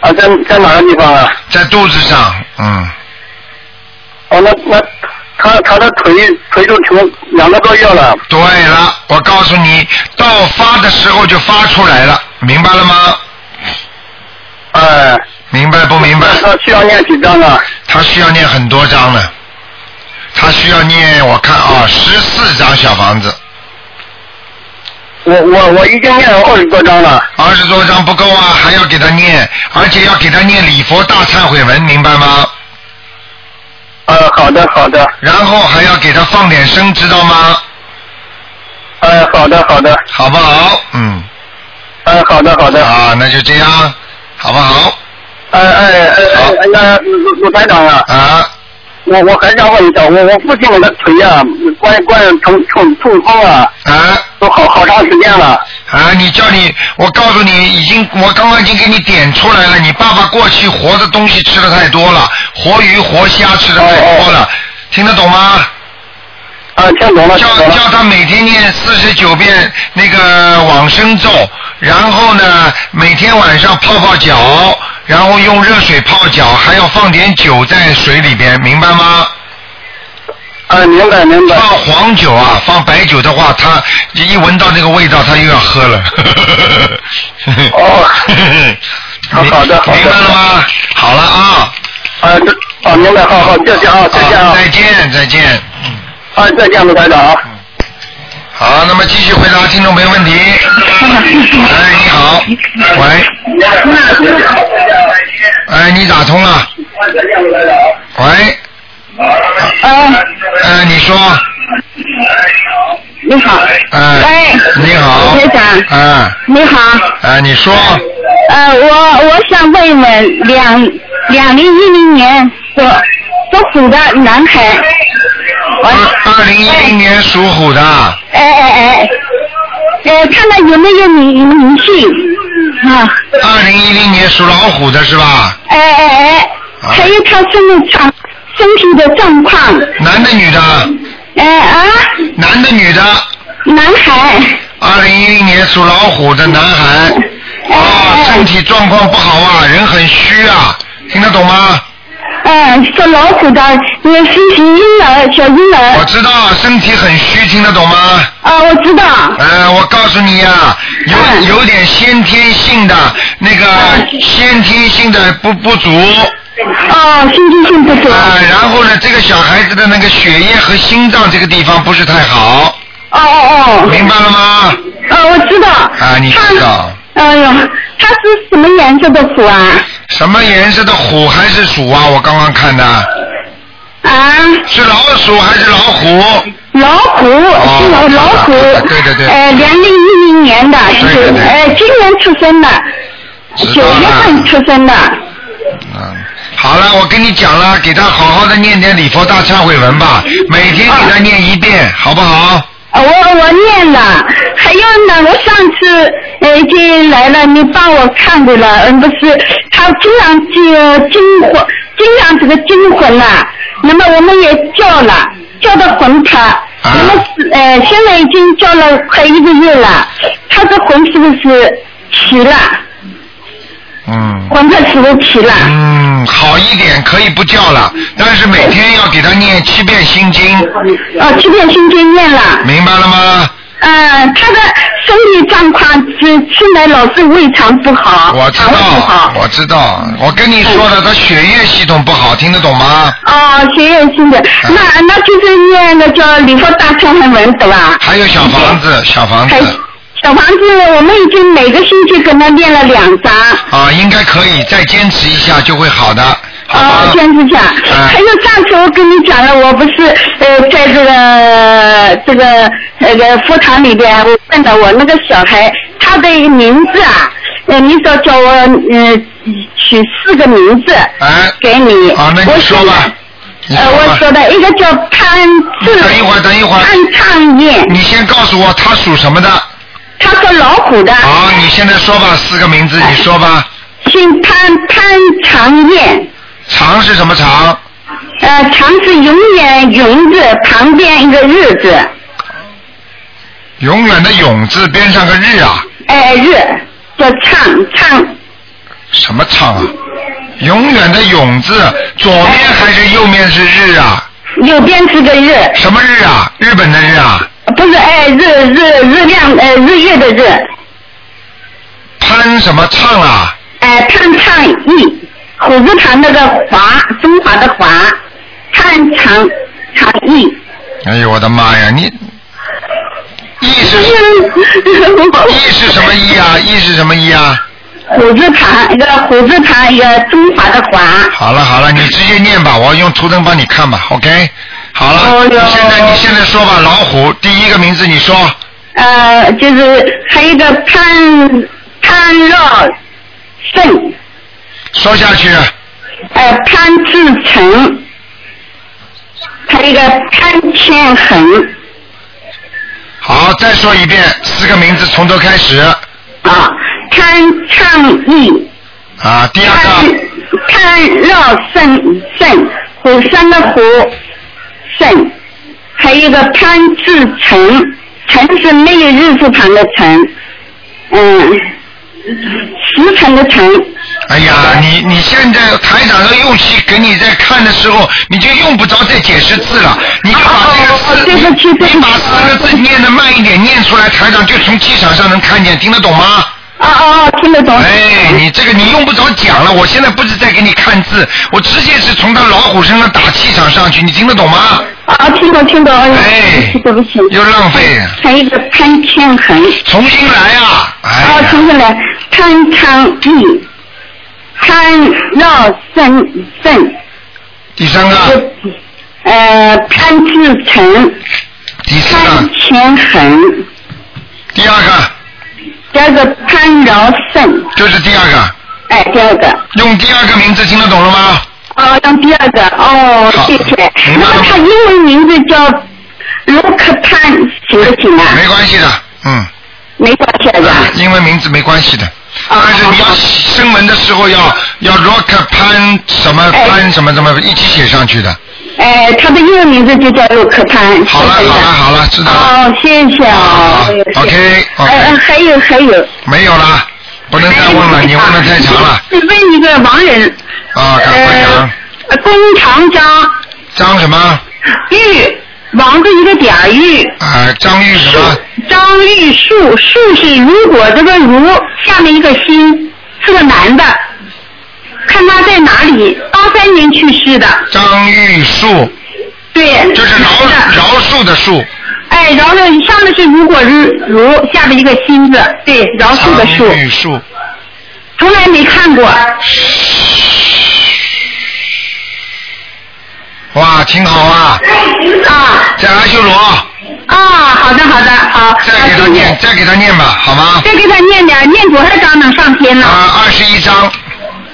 [SPEAKER 4] 啊，在在哪个地方啊？
[SPEAKER 1] 在肚子上，嗯，
[SPEAKER 4] 哦，那那他他的腿腿都停两个多月了。
[SPEAKER 1] 对了，我告诉你，到发的时候就发出来了，明白了吗？
[SPEAKER 4] 哎，
[SPEAKER 1] 明白不明白？
[SPEAKER 4] 那他需要念几张啊？
[SPEAKER 1] 他需要念很多张了，他需要念我看啊，十四张小房子。
[SPEAKER 4] 我我我已经念了二十多张了。
[SPEAKER 1] 二十多张不够啊，还要给他念，而且要给他念礼佛大忏悔文，明白吗？
[SPEAKER 4] 呃，好的好的。
[SPEAKER 1] 然后还要给他放点声，知道吗？
[SPEAKER 4] 呃，好的好的。
[SPEAKER 1] 好不好？嗯。
[SPEAKER 4] 呃，好的好的。
[SPEAKER 1] 啊，那就这样，好不好？
[SPEAKER 4] 呃呃呃呃，那鲁台长啊。
[SPEAKER 1] 啊。
[SPEAKER 4] 我我还想问一下，我我父亲的腿啊，关关痛痛痛风啊，
[SPEAKER 1] 啊，
[SPEAKER 5] 哦
[SPEAKER 4] 都好好长时间了。
[SPEAKER 1] 啊，你叫你，我告诉你，已经我刚刚已经给你点出来了，你爸爸过去活的东西吃的太多了，活鱼活虾吃的太多了，听得懂吗？
[SPEAKER 5] 呃
[SPEAKER 4] 啊，听懂了，听
[SPEAKER 1] 叫
[SPEAKER 4] 懂了。
[SPEAKER 1] 叫他每天念四十九遍那个往生咒，然后呢，每天晚上泡泡脚，然后用热水泡脚，还要放点酒在水里边，明白吗？
[SPEAKER 4] 啊，
[SPEAKER 5] 呃
[SPEAKER 4] 明白明白
[SPEAKER 1] 放。黄酒啊，放白酒的话，他一一闻到那个味道，他又要喝了。
[SPEAKER 4] 哦 好
[SPEAKER 1] 明
[SPEAKER 4] 好的好的
[SPEAKER 1] 明白了吗？好了啊，
[SPEAKER 5] 呃
[SPEAKER 4] 啊，这
[SPEAKER 5] 哦
[SPEAKER 4] 啊，明白，好好，谢谢啊，再见
[SPEAKER 1] 啊
[SPEAKER 4] 啊，
[SPEAKER 1] 再见，再见。
[SPEAKER 4] 啊，再见，鲁台长啊。
[SPEAKER 1] 好，那么继续回答听众朋友 问题。哎，你好，喂，哎，你打通了，喂，
[SPEAKER 6] 哎，
[SPEAKER 1] 哎，你说，
[SPEAKER 6] 你好，
[SPEAKER 1] 哎，
[SPEAKER 6] 喂
[SPEAKER 1] 你好，
[SPEAKER 6] 台长
[SPEAKER 1] 哎，
[SPEAKER 6] 你好，
[SPEAKER 1] 哎，你说，
[SPEAKER 6] 呃，我我想问问两两零一零年属属虎的男孩，我
[SPEAKER 1] 二二零一零年属虎的，
[SPEAKER 6] 哎哎哎，呃，看看有没有灵灵性啊，
[SPEAKER 1] 二零一零年属老虎的是吧？啊
[SPEAKER 6] 哎哎哎，还有他身体状身体的状况，
[SPEAKER 1] 男的女的？
[SPEAKER 6] 哎啊，
[SPEAKER 1] 男的女的？
[SPEAKER 6] 男孩，
[SPEAKER 1] 二零一零年属老虎的男孩，
[SPEAKER 6] 哎
[SPEAKER 1] 啊，
[SPEAKER 6] 哎
[SPEAKER 1] 身体状况不好啊，人很虚啊，听得懂吗？
[SPEAKER 6] 哎，属老虎的，你是属婴儿小婴
[SPEAKER 1] 我
[SPEAKER 6] 儿，
[SPEAKER 1] 知道啊身体很虚，听得懂吗？
[SPEAKER 6] 啊，我知道，
[SPEAKER 1] 呃，我告诉你呀、啊
[SPEAKER 6] 哎
[SPEAKER 1] 有有点先天性的那个先天性的不不足
[SPEAKER 6] 哦，心肌性不足。
[SPEAKER 1] 啊、然后呢，这个小孩子的那个血液和心脏这个地方不是太好，
[SPEAKER 6] 哦哦哦，
[SPEAKER 1] 明白了吗？
[SPEAKER 6] 呃，我知道。
[SPEAKER 1] 啊你知道
[SPEAKER 6] 它。哎呦，它是什么颜色的虎啊？
[SPEAKER 1] 什么颜色的虎还是鼠啊？我刚刚看的
[SPEAKER 6] 啊，
[SPEAKER 1] 是老鼠还是老虎？
[SPEAKER 6] 老虎，
[SPEAKER 1] 哦
[SPEAKER 6] 是老老虎
[SPEAKER 1] 对的。啊对的对的
[SPEAKER 6] 呃，两零一零年的，
[SPEAKER 1] 对对对
[SPEAKER 6] 呃，今年出生的，
[SPEAKER 1] 知
[SPEAKER 6] 九
[SPEAKER 1] 道
[SPEAKER 6] 月份
[SPEAKER 1] 了。
[SPEAKER 6] 出生的。
[SPEAKER 1] 嗯，好了，我跟你讲了，给他好好的念点礼佛大忏悔文吧，每天给他念一遍，好不好？
[SPEAKER 6] 呃我我念了，还有呢，我上次呃已经来了，你帮我看过了，嗯，不是，他经常这惊魂，经常这个惊魂了，那么我们也叫了，叫的魂他，
[SPEAKER 1] 啊
[SPEAKER 6] 那么是呃现在已经叫了快一个月了，他的魂是不是齐了？
[SPEAKER 1] 嗯。
[SPEAKER 6] 魂魄是不是齐了？
[SPEAKER 1] 嗯，好一点，可以不叫了，但是每天要给他念七遍心经，
[SPEAKER 6] 哦，七遍心经念了。
[SPEAKER 1] 明白了吗？
[SPEAKER 6] 嗯，他的身体状况是吃奶老是胃肠不好，
[SPEAKER 1] 我知
[SPEAKER 6] 肠胃不
[SPEAKER 1] 道
[SPEAKER 6] 好，。
[SPEAKER 1] 我知道，我跟你说了，他血液系统不好，听得懂吗？
[SPEAKER 6] 哦，学院性
[SPEAKER 1] 啊
[SPEAKER 6] 的，那那就是念那叫礼佛大忏悔文，对吧？
[SPEAKER 1] 还有小房子，小房
[SPEAKER 6] 还
[SPEAKER 1] 子
[SPEAKER 6] 小房子，我们已经每个星期跟他念了两张，
[SPEAKER 1] 啊，应该可以，再坚持一下就会好的，好
[SPEAKER 6] 哦
[SPEAKER 1] 吧，？
[SPEAKER 6] 坚持下。
[SPEAKER 1] 嗯
[SPEAKER 6] 还有上次我跟你讲了，我不是呃在这个这个呃个佛堂里边，我问到我那个小孩他的名字啊，呃你说叫我呃取四个名字
[SPEAKER 1] 哎，
[SPEAKER 6] 给你，
[SPEAKER 1] 好，那
[SPEAKER 6] 我
[SPEAKER 1] 你说吧，你
[SPEAKER 6] 呃，我
[SPEAKER 1] 说吧。
[SPEAKER 6] 说的一个叫潘志
[SPEAKER 1] 等一会儿，等一会儿，
[SPEAKER 6] 潘昌业，
[SPEAKER 1] 你先告诉我他属什么的。
[SPEAKER 6] 啊他说老虎的，
[SPEAKER 1] 好，哦你现在说吧，四个名字，
[SPEAKER 6] 啊
[SPEAKER 1] 你说吧。
[SPEAKER 6] 姓潘潘长业，
[SPEAKER 1] 长是什么长？
[SPEAKER 6] 呃，长是永远永字旁边一个日字，
[SPEAKER 1] 永远的永字边上个日啊，
[SPEAKER 6] 哎、日叫唱唱，
[SPEAKER 1] 什么唱啊？永远的永字，左面还是右面是日啊？
[SPEAKER 6] 右边是个日，
[SPEAKER 1] 什么日啊？日本的日啊？
[SPEAKER 6] 不是哎、日日日亮呃日月的日，
[SPEAKER 1] 潘什么唱啊？
[SPEAKER 6] 哎、潘昌业，火字旁那个华，中华的华，汉长长义。
[SPEAKER 1] 哎呦我的妈呀，你义是义是 什么义啊？义是什么义啊？
[SPEAKER 6] 火字旁一个火字旁一个中华的华。
[SPEAKER 1] 好了好了，你直接念吧，我用图腾帮你看吧，OK？好了，
[SPEAKER 6] 哦
[SPEAKER 1] 你
[SPEAKER 6] 哟
[SPEAKER 1] 现在你现在说吧，老虎第一个名字你说，
[SPEAKER 6] 呃，就是还有一个潘潘若胜，
[SPEAKER 1] 说下去，
[SPEAKER 6] 呃，潘志成，还有一个潘千恒
[SPEAKER 1] 好，再说一遍，四个名字从头开始
[SPEAKER 6] 啊，潘倡义，
[SPEAKER 1] 啊，第二
[SPEAKER 6] 潘
[SPEAKER 1] 个
[SPEAKER 6] 潘若胜胜，虎山的虎胜，还有一个潘志成，成是没有日字旁的成，嗯，时辰的辰。
[SPEAKER 1] 哎呀，你你现在台长的用心给你在看的时候，你就用不着再解释字了，你就把这个字，你你把四个字念的慢一点念出来，台长就从气场上能看见，听得懂吗？
[SPEAKER 6] 哦哦哦，听得懂。
[SPEAKER 1] 哎，你这个你用不着讲了，我现在不是在给你看字，我直接是从他老虎身上打气场上去，你听得懂吗？
[SPEAKER 6] 啊，听懂听懂，
[SPEAKER 1] 哎，
[SPEAKER 6] 对不起，
[SPEAKER 1] 又浪费，
[SPEAKER 6] 还有一个潘千恒，
[SPEAKER 1] 重新来啊！哎
[SPEAKER 6] 哦，
[SPEAKER 1] 呀，
[SPEAKER 6] 重新来，潘昌义，潘绕胜胜，
[SPEAKER 1] 第三个，
[SPEAKER 6] 呃，潘志成，
[SPEAKER 1] 第四
[SPEAKER 6] 潘
[SPEAKER 1] 个，
[SPEAKER 6] 千恒，
[SPEAKER 1] 第二个，
[SPEAKER 6] 第二个潘饶胜，
[SPEAKER 1] 就是第二个，
[SPEAKER 6] 哎，第二个，
[SPEAKER 1] 用第二个名字听得懂了吗？
[SPEAKER 6] 哦，用第二个，哦，
[SPEAKER 1] 好
[SPEAKER 6] 谢谢。
[SPEAKER 1] 明
[SPEAKER 6] 那
[SPEAKER 1] 白了
[SPEAKER 6] 么他英文名字叫卢克潘，行不行啊？
[SPEAKER 1] 没关系的，嗯，
[SPEAKER 6] 没关系的是吧。
[SPEAKER 1] 英文名字没关系的，
[SPEAKER 6] 哦
[SPEAKER 1] 嗯但是你要声纹的时候要要 rock 潘什么
[SPEAKER 6] 哎
[SPEAKER 1] 潘什么什么一起写上去的。
[SPEAKER 6] 哎，他的英文名字就叫陆克潘。
[SPEAKER 1] 好了
[SPEAKER 6] 谢谢
[SPEAKER 1] 好了好了，知道了。
[SPEAKER 6] 哦，谢谢啊
[SPEAKER 1] 好。，OK
[SPEAKER 6] 哎哎，
[SPEAKER 1] OK，
[SPEAKER 6] 还有还有，哎
[SPEAKER 1] 没有啦，不能再问了，你问的太长了
[SPEAKER 6] 是问一个盲人，
[SPEAKER 1] 啊！赶快
[SPEAKER 6] 呃
[SPEAKER 1] 讲，，
[SPEAKER 6] 弓长张
[SPEAKER 1] 张什么？
[SPEAKER 6] 玉，王字一个点儿玉，
[SPEAKER 1] 啊，张玉什么？
[SPEAKER 6] 张玉树，树是如果这个如下面一个心，是个男的，看他在哪里，八三年去世的，
[SPEAKER 1] 张玉树，
[SPEAKER 6] 对，
[SPEAKER 1] 就是
[SPEAKER 6] 男
[SPEAKER 1] 饶
[SPEAKER 6] 的。
[SPEAKER 1] 饶恕的恕，
[SPEAKER 6] 哎，饶了上面是如果是如，下面一个心字，对，饶恕的恕，
[SPEAKER 1] 啊张玉树，
[SPEAKER 6] 从来没看过。啊
[SPEAKER 1] 哇，挺好啊，
[SPEAKER 6] 啊
[SPEAKER 1] 在阿修罗，
[SPEAKER 6] 啊，好的好的，好，
[SPEAKER 1] 再给
[SPEAKER 6] 好
[SPEAKER 1] 他
[SPEAKER 6] 谢
[SPEAKER 1] 念，
[SPEAKER 6] 谢。
[SPEAKER 1] 再给他念吧，好吗？
[SPEAKER 6] 再给他念点，念多少章能上天呢？
[SPEAKER 1] 啊，二十一章，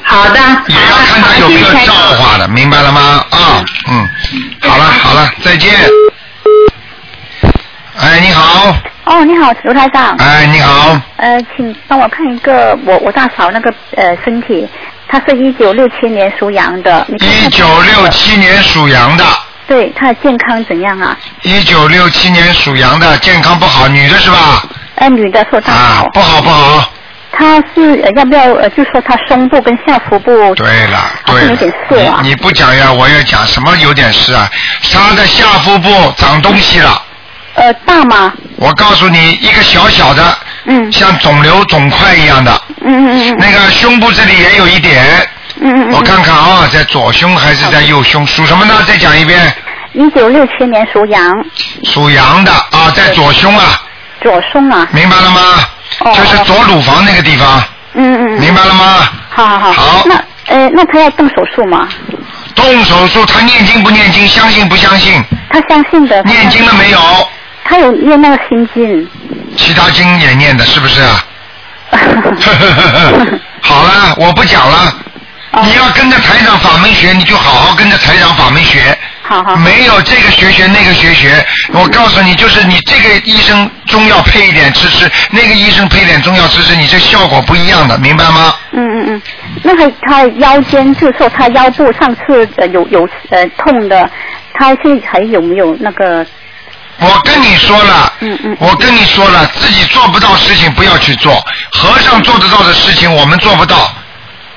[SPEAKER 6] 好的，好
[SPEAKER 1] 也要
[SPEAKER 6] 的
[SPEAKER 1] 看他
[SPEAKER 6] 啊好
[SPEAKER 1] 有没
[SPEAKER 6] 谢
[SPEAKER 1] 有啊
[SPEAKER 6] 谢台
[SPEAKER 1] 造
[SPEAKER 6] 长
[SPEAKER 1] 化的，明白了吗？啊，嗯，好了好了，再见。哎，你好，
[SPEAKER 7] 哦，你好，刘台长。
[SPEAKER 1] 哎，你好，
[SPEAKER 7] 呃，请帮我看一个我我大嫂那个呃身体，她是一九六七年属羊的，你看
[SPEAKER 1] 一
[SPEAKER 7] 看她
[SPEAKER 1] 九六七年属羊的，
[SPEAKER 7] 对她的健康怎样啊？
[SPEAKER 1] 一九六七年属羊的，健康不好，女的是吧？
[SPEAKER 7] 呃，女的说大
[SPEAKER 1] 啊
[SPEAKER 7] 嫂，，
[SPEAKER 1] 不好不好。
[SPEAKER 7] 她是、呃、要不要呃，就说她胸部跟下腹部
[SPEAKER 1] 对了，
[SPEAKER 7] 好
[SPEAKER 1] 对
[SPEAKER 7] 像
[SPEAKER 1] 了
[SPEAKER 7] 有点涩啊
[SPEAKER 1] 你你不讲呀，我要讲什么有点事啊？她的下腹部长东西了，
[SPEAKER 7] 呃大吗？
[SPEAKER 1] 我告诉你，一个小小的，
[SPEAKER 7] 嗯
[SPEAKER 1] 像肿瘤肿块一样的，
[SPEAKER 7] 嗯嗯嗯
[SPEAKER 1] 那个胸部这里也有一点，
[SPEAKER 7] 嗯嗯
[SPEAKER 1] 我看看啊，在左胸还是在右胸？属什么呢？再讲一遍，
[SPEAKER 7] 嗯，一九六七年属羊，
[SPEAKER 1] 属羊的啊，在左胸啊，
[SPEAKER 7] 左胸啊，
[SPEAKER 1] 明白了吗？
[SPEAKER 7] 哦
[SPEAKER 1] 就是左乳房那个地方，
[SPEAKER 7] 嗯嗯嗯，
[SPEAKER 1] 明白了吗？
[SPEAKER 7] 好好好，
[SPEAKER 1] 好
[SPEAKER 7] 那呃那她要动手术吗？
[SPEAKER 1] 动手术，他念经不念经？相信不相信？
[SPEAKER 7] 她相信的，
[SPEAKER 1] 念经了没有？
[SPEAKER 7] 她有念那个心经。
[SPEAKER 1] 其他经也念的，是不是啊？ 好了，我不讲了。
[SPEAKER 7] 哦
[SPEAKER 1] 你要跟着台长法门学，你就好好跟着台长法门学。
[SPEAKER 7] 好好，
[SPEAKER 1] 没有这个学学那个学学，我告诉你，就是你这个医生中药配一点吃吃，那个医生配点中药吃吃，你这效果不一样的，明白吗？
[SPEAKER 7] 嗯嗯嗯，那还他腰间，就是说他腰部上次呃有有呃痛的，他现在还有没有那个？
[SPEAKER 1] 我跟你说了，
[SPEAKER 7] 嗯嗯
[SPEAKER 1] 我跟你说了，自己做不到事情不要去做，和尚做得到的事情我们做不到。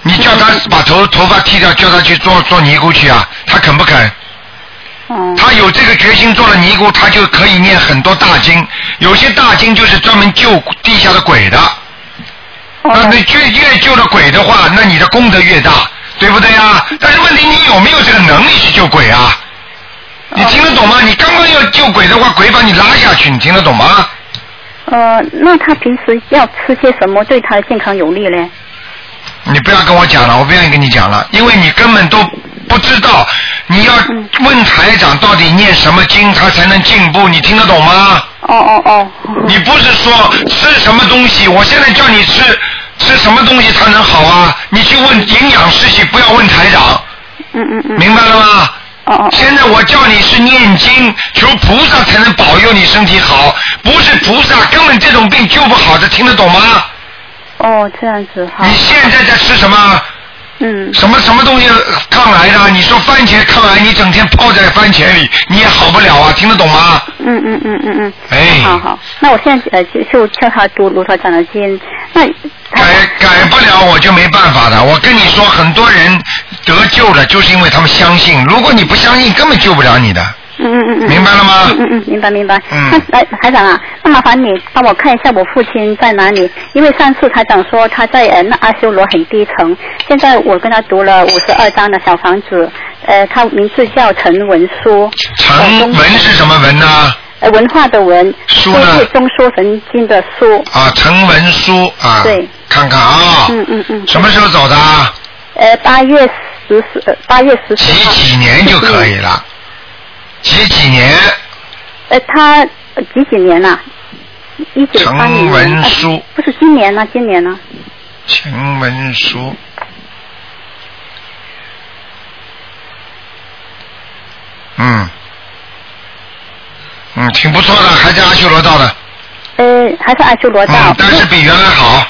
[SPEAKER 1] 你叫
[SPEAKER 7] 嗯
[SPEAKER 1] 他把头头发剃掉，叫他去做做尼姑去啊，他肯不肯？
[SPEAKER 7] 嗯
[SPEAKER 1] 他有这个决心做了尼姑，他就可以念很多大经，有些大经就是专门救地下的鬼的。
[SPEAKER 7] 哦
[SPEAKER 1] 那你越越救了鬼的话，那你的功德越大。对不对啊？但是问题你有没有这个能力去救鬼啊？你听得懂吗？你刚刚要救鬼的话，鬼把你拉下去，你听得懂吗？
[SPEAKER 3] 呃，那他平时要吃些什么对他的健康有利呢？
[SPEAKER 1] 你不要跟我讲了，我不愿意跟你讲了，因为你根本都不知道你要问台长到底念什么经，他才能进步，你听得懂吗？
[SPEAKER 3] 哦哦哦，
[SPEAKER 1] 你不是说吃什么东西，我现在叫你吃吃什么东西它能好啊？你去问营养师去，不要问台长。
[SPEAKER 3] 嗯嗯嗯。
[SPEAKER 1] 明白了吗？
[SPEAKER 3] 哦哦。
[SPEAKER 1] 现在我叫你是念经，求菩萨才能保佑你身体好，不是菩萨根本这种病救不好的，听得懂吗？
[SPEAKER 3] 哦，这样子哈。
[SPEAKER 1] 你现在在吃什么？
[SPEAKER 3] 嗯。
[SPEAKER 1] 什么什么东西抗癌的？你说番茄抗癌，你整天泡在番茄里，你也好不了啊，听得懂吗？
[SPEAKER 3] 嗯嗯嗯嗯嗯。
[SPEAKER 1] 哎
[SPEAKER 3] 好好，那我现在呃就就叫他读卢台长的经，那
[SPEAKER 1] 改改不了我就没办法的。我跟你说，很多人得救了，就是因为他们相信。如果你不相信，根本救不了你的。
[SPEAKER 3] 嗯嗯嗯嗯，
[SPEAKER 1] 明白了吗
[SPEAKER 3] 嗯嗯嗯，明白明白。
[SPEAKER 1] 嗯
[SPEAKER 3] 那哎，台长啊，那麻烦你帮我看一下我父亲在哪里？因为上次台长说他在呃那阿修罗很低层，现在我跟他读了五十二章的小房子，呃，他名字叫陈文书，
[SPEAKER 1] 成文是什么文呢？
[SPEAKER 3] 呃，文化的文，
[SPEAKER 1] 书
[SPEAKER 3] 就
[SPEAKER 1] 呢
[SPEAKER 3] 是中枢神经的书。
[SPEAKER 1] 啊，成文书啊。
[SPEAKER 3] 对。
[SPEAKER 1] 看看啊。
[SPEAKER 3] 嗯嗯嗯。
[SPEAKER 1] 什么时候走的啊？
[SPEAKER 3] 呃，八月十四，呃八月十四号。
[SPEAKER 1] 几年就可以了。几几年？
[SPEAKER 3] 呃，他呃几几年呐、啊？一九八
[SPEAKER 1] 陈
[SPEAKER 3] 年。
[SPEAKER 1] 文
[SPEAKER 3] 呃
[SPEAKER 1] 书，
[SPEAKER 3] 不是今年呢、啊今年呢、
[SPEAKER 1] 陈文书。嗯，嗯，挺不错的，还在阿修罗道的，
[SPEAKER 3] 呃，还是阿修罗道。
[SPEAKER 1] 嗯，但是比原来好，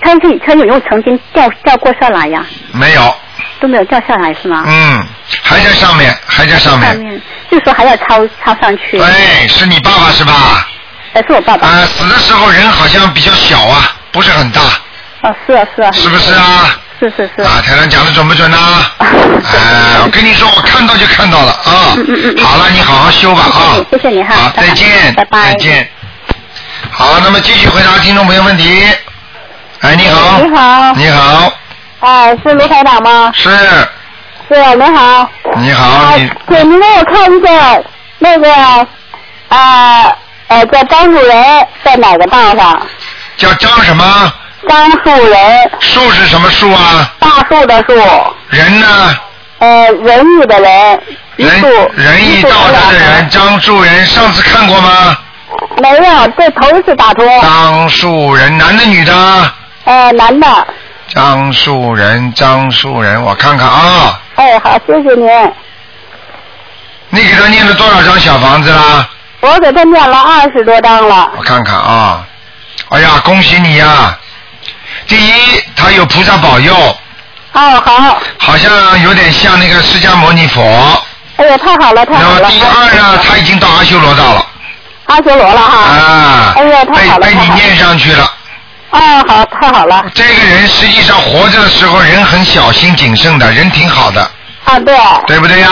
[SPEAKER 3] 他这他有没有曾经掉掉过下来呀？
[SPEAKER 1] 没有，
[SPEAKER 3] 都没有掉下来是
[SPEAKER 6] 啊
[SPEAKER 3] 吗？
[SPEAKER 1] 嗯，还在上面，还在上面，
[SPEAKER 3] 就说还要抄抄上去。
[SPEAKER 1] 对，是你爸爸是吧？
[SPEAKER 6] 哎
[SPEAKER 3] 呃，是我爸爸。
[SPEAKER 1] 啊，死的时候人好像比较小啊，不是很大，
[SPEAKER 3] 哦，是啊，是啊。
[SPEAKER 1] 是不是啊？
[SPEAKER 3] 是是是。
[SPEAKER 1] 啊，台上讲的准不准 呢、啊？哎，我跟你说，我看到就看到了啊。
[SPEAKER 3] 嗯
[SPEAKER 1] 好了，你好好修吧啊。
[SPEAKER 3] 谢谢你哈。
[SPEAKER 1] 好，再见，
[SPEAKER 3] 拜拜。
[SPEAKER 1] 再。见。好，那么继续回答听众朋友问题。哎，你好，
[SPEAKER 6] 你好
[SPEAKER 1] 你好，
[SPEAKER 6] 哎，是卢台长吗？
[SPEAKER 1] 是，
[SPEAKER 6] 是，啊你好。啊
[SPEAKER 1] 你好，啊你
[SPEAKER 6] 对，您给我看一下那个，呃呃，叫张树仁在哪个道上？
[SPEAKER 1] 叫张什么？
[SPEAKER 6] 张树仁，
[SPEAKER 1] 树是什么树啊？
[SPEAKER 6] 大树的树，
[SPEAKER 1] 人呢？
[SPEAKER 6] 呃，仁义的仁，一
[SPEAKER 1] 人
[SPEAKER 6] 树
[SPEAKER 1] 仁义道德的人，张树人，上次看过吗？
[SPEAKER 6] 没有，这头一次打
[SPEAKER 3] 哦
[SPEAKER 6] 通。
[SPEAKER 1] 张树人，男的女的？
[SPEAKER 6] 呃，男的，
[SPEAKER 1] 张树人，张树人，我看看啊，
[SPEAKER 6] 哎，好，谢谢您。
[SPEAKER 1] 你给他念了多少张小房子啦？
[SPEAKER 6] 我给他念了二十多张了，
[SPEAKER 1] 我看看啊，哎呀，恭喜你呀、第一，他有菩萨保佑。
[SPEAKER 6] 哦，好。
[SPEAKER 1] 好像有点像那个释迦牟尼佛。
[SPEAKER 6] 哎呀，太好了，太
[SPEAKER 1] 那
[SPEAKER 6] 好
[SPEAKER 1] 么
[SPEAKER 6] 了。
[SPEAKER 1] 第二呢，他已经到阿修罗道了，
[SPEAKER 6] 阿修罗了哈。
[SPEAKER 1] 啊，
[SPEAKER 6] 哎呀，太好了，
[SPEAKER 1] 被
[SPEAKER 6] 太
[SPEAKER 1] 你
[SPEAKER 6] 好了。
[SPEAKER 1] 念上去了。
[SPEAKER 6] 哦，好，太好了。
[SPEAKER 1] 这个人实际上活着的时候，人很小心谨慎的，人挺好的，
[SPEAKER 6] 啊，对，
[SPEAKER 1] 对不对呀、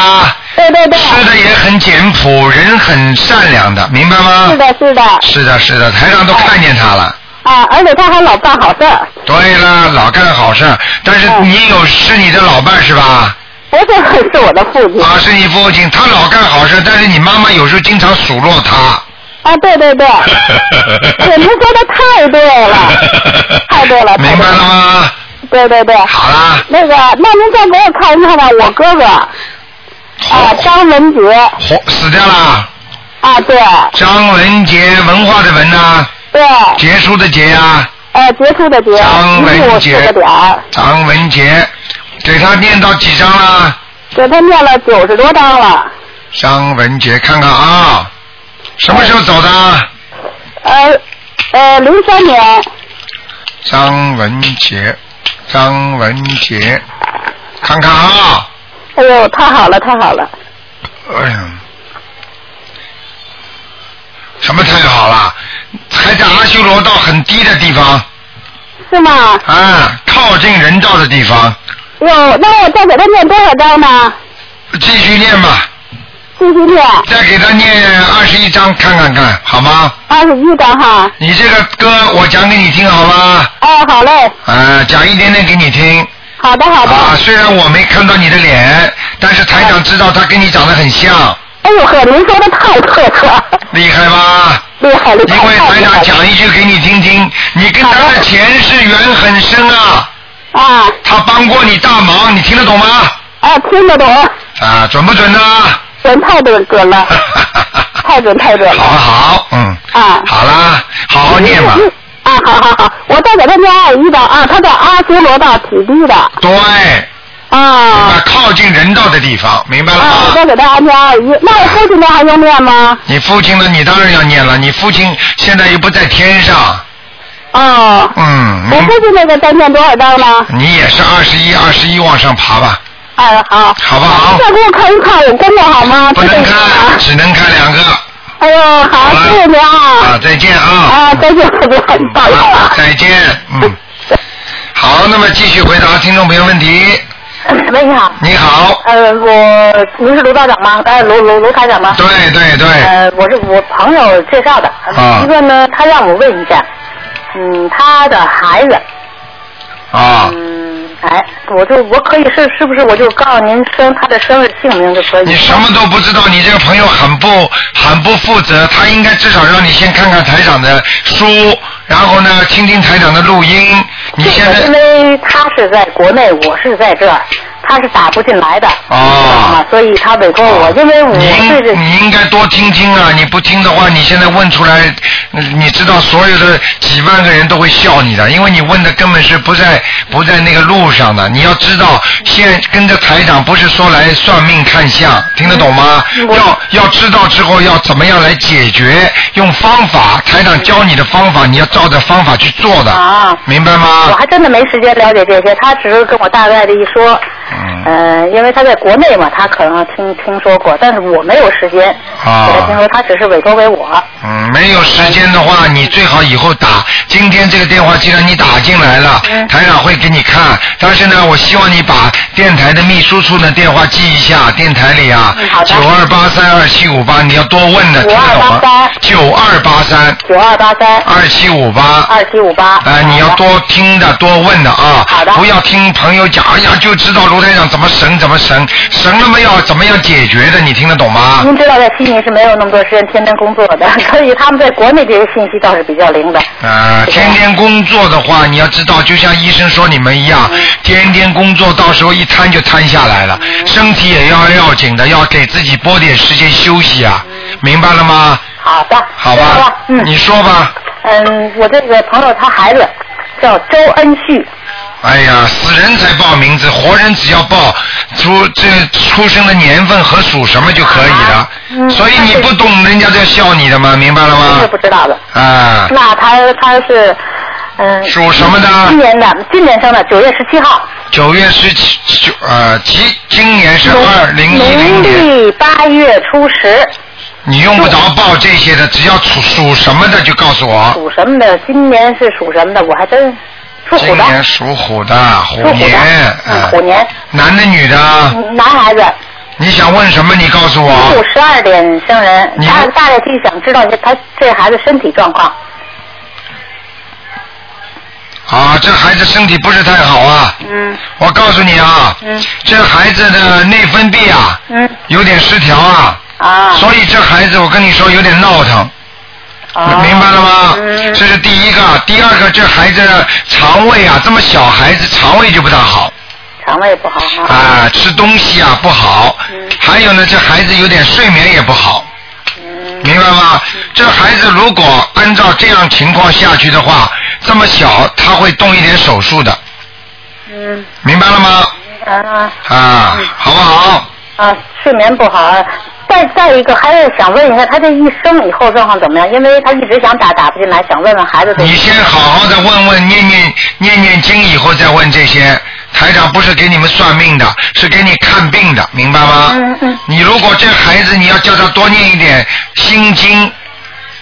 [SPEAKER 6] 对对对。
[SPEAKER 1] 吃的也很简朴，人很善良的，明白吗？
[SPEAKER 6] 是的，是的，
[SPEAKER 1] 是的，是的，台上都看见他了。
[SPEAKER 6] 啊，而且他还老办好事儿，
[SPEAKER 1] 对了，老干好事儿，但
[SPEAKER 6] 哦
[SPEAKER 1] 是你有是你的老伴是吧？
[SPEAKER 6] 不是是我的父亲。
[SPEAKER 1] 啊，是你父亲，他老干好事，但是你妈妈有时候经常数落他。
[SPEAKER 6] 啊，对对 对，对，您说的太对了， 太对了，太
[SPEAKER 1] 明
[SPEAKER 6] 对
[SPEAKER 1] 白了
[SPEAKER 6] 了，
[SPEAKER 1] 吗？
[SPEAKER 6] 对对对。
[SPEAKER 1] 好啦，
[SPEAKER 6] 那个，那您再给我看一看吧，我哥哥，啊，张文杰，
[SPEAKER 1] 活死掉了。
[SPEAKER 6] 啊，对
[SPEAKER 1] 张文杰，文化的文呐、
[SPEAKER 6] 对，
[SPEAKER 1] 杰出的杰啊，
[SPEAKER 6] 呃，杰出的杰，
[SPEAKER 1] 张
[SPEAKER 6] 一
[SPEAKER 1] 文
[SPEAKER 6] 木
[SPEAKER 1] 杰
[SPEAKER 6] 四个点儿，
[SPEAKER 1] 张文杰，给他念到几张啦？
[SPEAKER 6] 给他念了九十多章了，
[SPEAKER 1] 张文杰，看看啊，什么时候走的啊？
[SPEAKER 6] 呃呃，零三年，
[SPEAKER 1] 张文杰，张文杰，看看啊，
[SPEAKER 6] 哎呦，太好了，太好了，
[SPEAKER 1] 哎呀，什么太好了，还在阿修罗道很低的地方
[SPEAKER 6] 是吗？
[SPEAKER 1] 啊，靠近人道的地方，
[SPEAKER 6] 哟，那我再给他念多少章呢？
[SPEAKER 1] 继续念吧，
[SPEAKER 6] 继续念
[SPEAKER 1] 再给他念二十一章看看看，好吗？
[SPEAKER 6] 二十一章哈。
[SPEAKER 1] 你这个歌我讲给你听好吗？
[SPEAKER 6] 哎，好嘞，
[SPEAKER 1] 啊，讲一点点给你听。
[SPEAKER 2] 好的好的。
[SPEAKER 1] 啊，虽然我没看到你的脸，但是台长知道他跟你长得很像，
[SPEAKER 2] 哎呦呵，您说的太客气了，
[SPEAKER 1] 厉害吧？
[SPEAKER 2] 厉害厉害。
[SPEAKER 1] 因为
[SPEAKER 2] 太
[SPEAKER 1] 台
[SPEAKER 2] 厉害
[SPEAKER 1] 长
[SPEAKER 2] 了
[SPEAKER 1] 讲一句给你听听，你跟他的前世缘很深啊，
[SPEAKER 2] 啊，
[SPEAKER 1] 他帮过你大忙，你听得懂吗？
[SPEAKER 2] 哎，听得懂，
[SPEAKER 1] 啊，准不准呢？
[SPEAKER 2] 准太准准了，太准太准
[SPEAKER 1] 好
[SPEAKER 2] 了
[SPEAKER 1] 啊好，嗯，
[SPEAKER 2] 啊！
[SPEAKER 1] 好啦，好好念吧。
[SPEAKER 2] 啊，好好好，我再给他念二一的啊，他在阿修罗道体地的
[SPEAKER 1] 对，
[SPEAKER 2] 啊
[SPEAKER 1] 啊，靠近人道的地方，明白了
[SPEAKER 2] 啊，我
[SPEAKER 1] 吗？
[SPEAKER 2] 再给他念二一，那我父亲的还用念吗？
[SPEAKER 1] 你父亲的你当然要念了，你父亲现在又不在天上，
[SPEAKER 2] 哦，
[SPEAKER 1] 嗯，
[SPEAKER 2] 我
[SPEAKER 1] 明
[SPEAKER 2] 父亲那个再念多少章呢？
[SPEAKER 1] 你也是二十一，二十一往上爬吧，
[SPEAKER 2] 哎，好，
[SPEAKER 1] 好不好？
[SPEAKER 2] 再给我看一看我公公好吗？
[SPEAKER 1] 不
[SPEAKER 2] 这
[SPEAKER 1] 能
[SPEAKER 2] 个
[SPEAKER 1] 看，只能看两个。
[SPEAKER 2] 哎呦，好，谢谢您
[SPEAKER 1] 啊
[SPEAKER 2] 啊！，
[SPEAKER 1] 再见啊！
[SPEAKER 2] 啊，再见，再见，不好意思啊。
[SPEAKER 1] 再见，嗯。好，那么继续回答听众朋友问题。
[SPEAKER 2] 喂，你好，
[SPEAKER 1] 你好，
[SPEAKER 2] 呃，我您是卢道长吗？呃，卢卢卢台长吗？
[SPEAKER 1] 对对对，
[SPEAKER 2] 呃，我是我朋友介绍的。
[SPEAKER 1] 啊
[SPEAKER 2] 一个呢，他让我问一下，嗯，他的孩子，
[SPEAKER 1] 啊，
[SPEAKER 2] 嗯，哎，我就我可以是是不是我就告诉您生他的生日姓名就可以？
[SPEAKER 1] 你什么都不知道，你这个朋友很不很不负责，他应该至少让你先看看台长的书，然后呢，听听台长的录音。你现
[SPEAKER 2] 这个因
[SPEAKER 1] 在
[SPEAKER 2] 为他是在国内，我是在这儿，他是打不进来的，
[SPEAKER 1] 哦
[SPEAKER 2] 啊，所以他委托我，因为我
[SPEAKER 1] 你
[SPEAKER 2] 是这
[SPEAKER 1] 应你应该多听听啊！你不听的话，你现在问出来，嗯你知道所有的几万个人都会笑你的，因为你问的根本是不在不在那个路上的。你要知道，现跟着台长不是说来算命看相，听得懂吗？
[SPEAKER 2] 嗯
[SPEAKER 1] 要要知道之后要怎么样来解决，用方法，台长教你的方法，你要照着方法去做的，
[SPEAKER 2] 啊
[SPEAKER 1] 明白
[SPEAKER 2] 我
[SPEAKER 1] 吗？
[SPEAKER 2] 还真的没时间了解这些，他只是跟我大概的一说。
[SPEAKER 1] 嗯
[SPEAKER 2] 呃，因为他在国内嘛，他可能听听说过，但是我没有时间
[SPEAKER 1] 啊
[SPEAKER 2] 给他听说，他只是委托给我。
[SPEAKER 1] 嗯，没有时间的话，
[SPEAKER 2] 嗯
[SPEAKER 1] 你最好以后打。今天这个电话既然你打进来了，
[SPEAKER 2] 嗯
[SPEAKER 1] 台长会给你看。但是呢，我希望你把电台的秘书处的电话记一下，电台里啊
[SPEAKER 2] 嗯好，的
[SPEAKER 1] 九二八三二七五八，你要多问的，听得懂吗？九二八三
[SPEAKER 2] 九二八三
[SPEAKER 1] 二七五八。
[SPEAKER 2] 二七五八。
[SPEAKER 1] 哎，你要多听的，多问的啊！
[SPEAKER 2] 好的
[SPEAKER 1] 不要听朋友讲，哎呀，就知道卢台长怎么神怎么神，神了没有？怎么样解决的？你听得懂吗？
[SPEAKER 2] 您知道，在悉尼是没有那么多时间天天工作的， 所以他们在国内这些信息倒是比较灵的。
[SPEAKER 1] 呃，天天工作的话，你要知道，就像医生说你们一样，天天工作，到时候一瘫就瘫下来了，
[SPEAKER 2] 嗯
[SPEAKER 1] 身体也要要紧的，要给自己拨点时间休息啊，明白了吗？
[SPEAKER 2] 好的，
[SPEAKER 1] 好
[SPEAKER 2] 知道
[SPEAKER 1] 吧
[SPEAKER 2] 了，嗯
[SPEAKER 1] 你说吧。
[SPEAKER 2] 嗯，我这个朋友他孩子叫周恩旭，
[SPEAKER 1] 哎呀，死人才报名字，活人只要报出这出生的年份和属什么就可以了。
[SPEAKER 2] 嗯
[SPEAKER 1] 所以你
[SPEAKER 2] 但是
[SPEAKER 1] 不懂，人家在笑你的吗？明白了
[SPEAKER 2] 真
[SPEAKER 1] 吗
[SPEAKER 2] 是？不知道的。
[SPEAKER 1] 啊，
[SPEAKER 2] 那他他是嗯，
[SPEAKER 1] 属什么的
[SPEAKER 2] 今年的，今年生的，九月十七号，
[SPEAKER 1] 九月十七九呃，今今年是二零一零
[SPEAKER 2] 农
[SPEAKER 1] 年。
[SPEAKER 2] 历八月初十，
[SPEAKER 1] 你用不着报这些的，只要属属什么的就告诉我。
[SPEAKER 2] 属什么的？今年是属什么的？我还真属虎
[SPEAKER 1] 今
[SPEAKER 2] 的，
[SPEAKER 1] 年属虎的，虎
[SPEAKER 2] 属虎的
[SPEAKER 1] 年，，
[SPEAKER 2] 嗯，
[SPEAKER 1] 哎
[SPEAKER 2] 虎年，
[SPEAKER 1] 男的女的？
[SPEAKER 2] 嗯男孩子，
[SPEAKER 1] 你想问什么？你告诉
[SPEAKER 2] 中午
[SPEAKER 1] 我。
[SPEAKER 2] 十二点生人，
[SPEAKER 1] 你
[SPEAKER 2] 大大概就想知道一下他这孩子身体状况。
[SPEAKER 1] 啊，这孩子身体不是太好啊。
[SPEAKER 2] 嗯
[SPEAKER 1] 我告诉你啊，
[SPEAKER 2] 嗯
[SPEAKER 1] 这孩子的内分泌啊
[SPEAKER 2] 嗯
[SPEAKER 1] 有点失调啊，
[SPEAKER 2] 啊，
[SPEAKER 1] 所以这孩子我跟你说有点闹腾。
[SPEAKER 2] 啊
[SPEAKER 1] 明白了吗？
[SPEAKER 2] 嗯
[SPEAKER 1] 这是第一个，第二个，这孩子肠胃啊，这么小孩子肠胃就不大好。
[SPEAKER 2] 肠胃不好啊。
[SPEAKER 1] 啊，吃东西啊不好，
[SPEAKER 2] 嗯
[SPEAKER 1] 还有呢，这孩子有点睡眠也不好，
[SPEAKER 2] 嗯
[SPEAKER 1] 明白吗？这孩子如果按照这样情况下去的话，这么小他会动一点手术的，
[SPEAKER 2] 嗯
[SPEAKER 1] 明白了吗？
[SPEAKER 2] 啊
[SPEAKER 1] 啊，好不好？
[SPEAKER 2] 啊，睡眠不好。啊再再一个，还是想问一下他这一生以后状况怎么样？因为他一直想打，打不进来，想问问孩子的。
[SPEAKER 1] 你先好好的问问念念念念经，以后再问这些。台长不是给你们算命的，是给你看病的，明白吗？
[SPEAKER 2] 嗯嗯。
[SPEAKER 1] 你如果这孩子，你要叫他多念一点心经，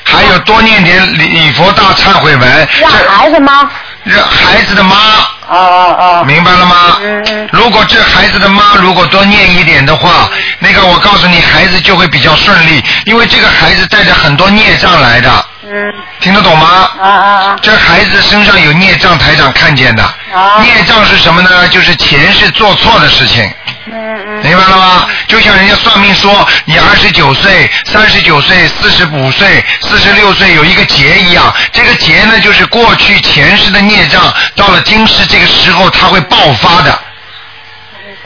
[SPEAKER 1] 还有多念点礼礼佛大忏悔文，
[SPEAKER 2] 让
[SPEAKER 1] 这
[SPEAKER 2] 孩子吗？
[SPEAKER 1] 让孩子的妈
[SPEAKER 2] 哦哦哦。
[SPEAKER 1] 明白了吗？
[SPEAKER 2] 嗯
[SPEAKER 1] 如果这孩子的妈如果多念一点的话，那个我告诉你，孩子就会比较顺利，因为这个孩子带着很多孽障来的。
[SPEAKER 2] 嗯。
[SPEAKER 1] 听得懂吗？
[SPEAKER 2] 啊啊啊！
[SPEAKER 1] 这孩子身上有孽障，台长看见的。
[SPEAKER 2] 啊。
[SPEAKER 1] 孽障是什么呢？就是前世做错的事情。明白了吗？就像人家算命说你二十九岁、三十九岁、四十五岁、四十六岁有一个劫一样，这个劫呢就是过去前世的孽障，到了今世这个时候它会爆发的，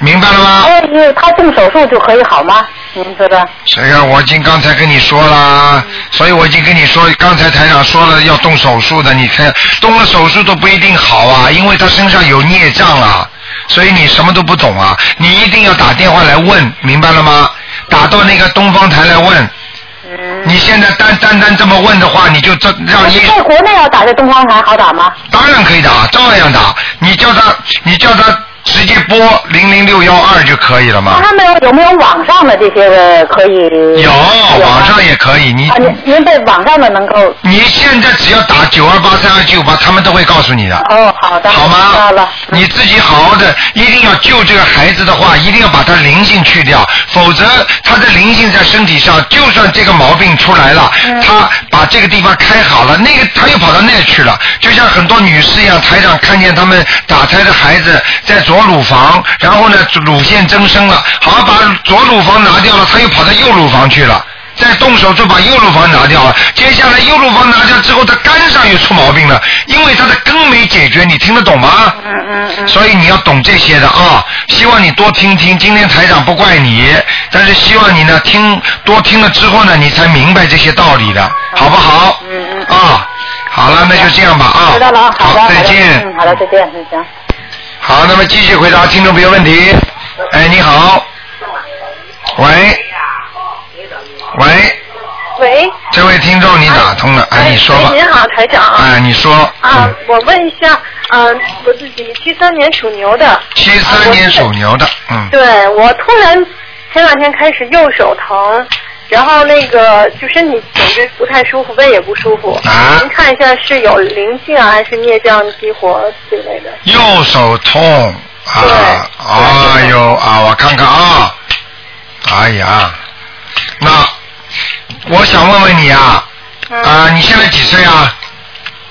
[SPEAKER 1] 明白了吗？
[SPEAKER 2] 哎，因为他动手术就可以好吗？您觉得？
[SPEAKER 1] 这个我已经刚才跟你说啦，所以我已经跟你说，刚才台长说了要动手术的，你看动了手术都不一定好啊，因为他身上有孽障啊，所以你什么都不懂啊，你一定要打电话来问，明白了吗？打到那个东方台来问。
[SPEAKER 2] 嗯
[SPEAKER 1] 你现在单单单这么问的话，你就这让医
[SPEAKER 2] 在国内要打这东方台好打吗？
[SPEAKER 1] 当然可以打，照样打。你叫他，你叫他直接拨零零六幺二就可以了嘛。
[SPEAKER 2] 他们有有没有网上的这些个可以？
[SPEAKER 1] 有网上也可以，你
[SPEAKER 2] 啊，您您在网上的能够？
[SPEAKER 1] 你现在只要打九二八三二九八，他们都会告诉你的。
[SPEAKER 2] 哦，好的，
[SPEAKER 1] 好吗？你自己好好的，一定要救这个孩子的话，一定要把他灵性去掉，否则他的灵性在身体上，就算这个毛病出来了，他把这个地方开好了，那个他又跑到那去了，就像很多女士一样，台长看见他们打胎的孩子在左乳房，然后呢乳腺增生了，好把左乳房拿掉了，他又跑到右乳房去了。再动手术把右乳房拿掉了，接下来右乳房拿掉之后，他肝上又出毛病了，因为他的根没解决，你听得懂吗？嗯嗯嗯。所以你要懂这些的啊，希望你多听听。今天台长不怪你，但是希望你呢听多听了之后呢，你才明白这些道理的，好不好？嗯嗯。啊，好了，那就这样吧啊。
[SPEAKER 2] 知道了啊，好的，好的
[SPEAKER 1] 再见。
[SPEAKER 2] 嗯，好的，再见，嗯，行。
[SPEAKER 1] 好，那么继续回答听众朋友问题。哎，你好。喂。喂，
[SPEAKER 8] 喂，
[SPEAKER 1] 这位听众，你打通了，哎，你说吧
[SPEAKER 8] 哎，，您好，台长啊。
[SPEAKER 1] 哎，你说，
[SPEAKER 8] 啊，我问一下，嗯、我自己七三年属牛的，
[SPEAKER 1] 七三年属牛的，嗯，
[SPEAKER 8] 对我突然前两天开始右手疼，然后那个就身体总之不太舒服，胃也不舒服。
[SPEAKER 1] 啊
[SPEAKER 8] 您看一下是有灵性啊，还是孽障、激活之类的？
[SPEAKER 1] 右手痛啊，哎呦啊，我看看啊，哎呀，那我想问问你啊，啊，你现在几岁啊？
[SPEAKER 8] 嗯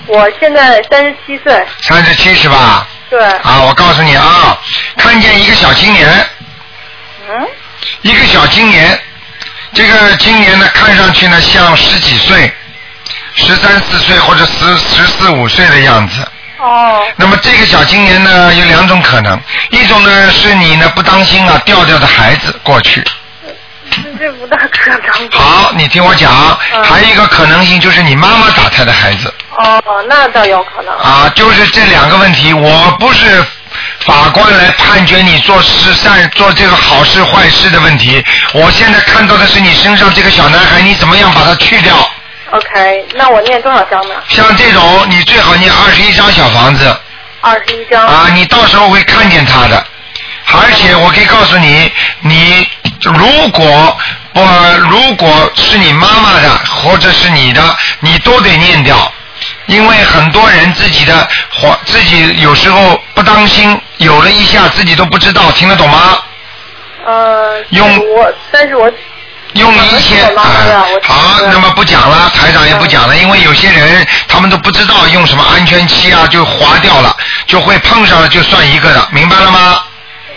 [SPEAKER 8] 我现在三十七岁，
[SPEAKER 1] 三十七是吧？
[SPEAKER 8] 对，
[SPEAKER 1] 啊，我告诉你啊，看见一个小青年，
[SPEAKER 8] 嗯，
[SPEAKER 1] 一个小青年，这个青年呢，看上去呢像十几岁，十三四岁或者十十四五岁的样子。
[SPEAKER 8] 哦。
[SPEAKER 1] 那么这个小青年呢，有两种可能，一种呢是你呢不当心啊掉掉的孩子过去。
[SPEAKER 8] 这不大可能。嗯
[SPEAKER 1] 好，你听我讲，啊还有一个可能性就是你妈妈打胎的孩子。
[SPEAKER 8] 哦，那倒有可能。
[SPEAKER 1] 啊，就是这两个问题，我不是法官来判决你做事善做这个好事坏事的问题。我现在看到的是你身上这个小男孩，你怎么样把它去掉？
[SPEAKER 8] OK，那我念多少章呢？
[SPEAKER 1] 像这种，你最好念二十一张小房子
[SPEAKER 8] 二十一章。
[SPEAKER 1] 啊，你到时候会看见他的。而且我可以告诉你，你如果不、如果是你妈妈的或者是你的，你都得念掉，因为很多人自己的或自己有时候不当心有了一下自己都不知道，听得懂吗？
[SPEAKER 8] 呃，
[SPEAKER 1] 用
[SPEAKER 8] 但是我，但是我
[SPEAKER 1] 用一些啊，好，那么不讲了，台长也不讲了，因为有些人他们都不知道用什么安全期啊，就划掉了，就会碰上了就算一个的，明白了吗？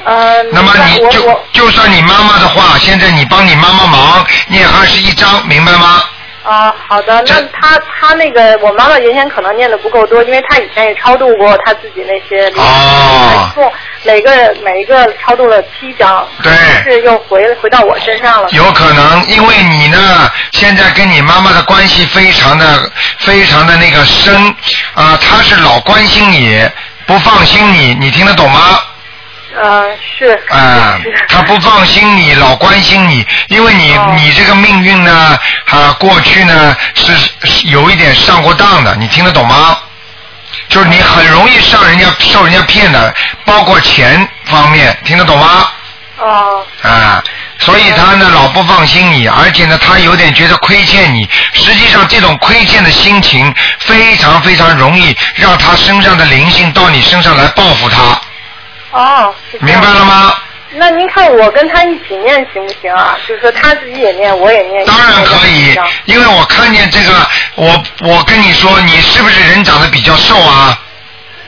[SPEAKER 8] 呃，
[SPEAKER 1] 那么你就就算你妈妈的话，现在你帮你妈妈忙念二十一章，明白吗？
[SPEAKER 8] 啊、好的，那他他那个我妈妈原先可能念的不够多，因为她以前也超度过她自己那些灵
[SPEAKER 1] 哦，
[SPEAKER 8] 共每个每一个超度了七张，
[SPEAKER 1] 对
[SPEAKER 8] 是又回回到我身上了。
[SPEAKER 1] 有可能，因为你呢，现在跟你妈妈的关系非常的、非常的那个深啊、她是老关心你，不放心你，你听得懂吗？
[SPEAKER 8] 呃， 是
[SPEAKER 1] 啊、她不放心你，老关心你，因为你、
[SPEAKER 8] 哦
[SPEAKER 1] 你这个命运呢，啊、过去呢是是有一点上过当的，你听得懂吗？就是
[SPEAKER 8] 哦
[SPEAKER 1] 你很容易上人家受人家骗的，包括钱方面，听得懂吗？
[SPEAKER 8] 哦，
[SPEAKER 1] 啊，所以他呢老不放心你，而且呢他有点觉得亏欠你。实际上这种亏欠的心情非常非常容易让他身上的灵性到你身上来报复他，
[SPEAKER 8] 哦，是这
[SPEAKER 1] 明
[SPEAKER 8] 样
[SPEAKER 1] 白了吗？
[SPEAKER 8] 那您看我跟他一起念行不行啊？就是说他自己也念，我也念。当然可以。
[SPEAKER 1] 因为我看见这个，我我跟你说，你是不是人长得比较瘦啊？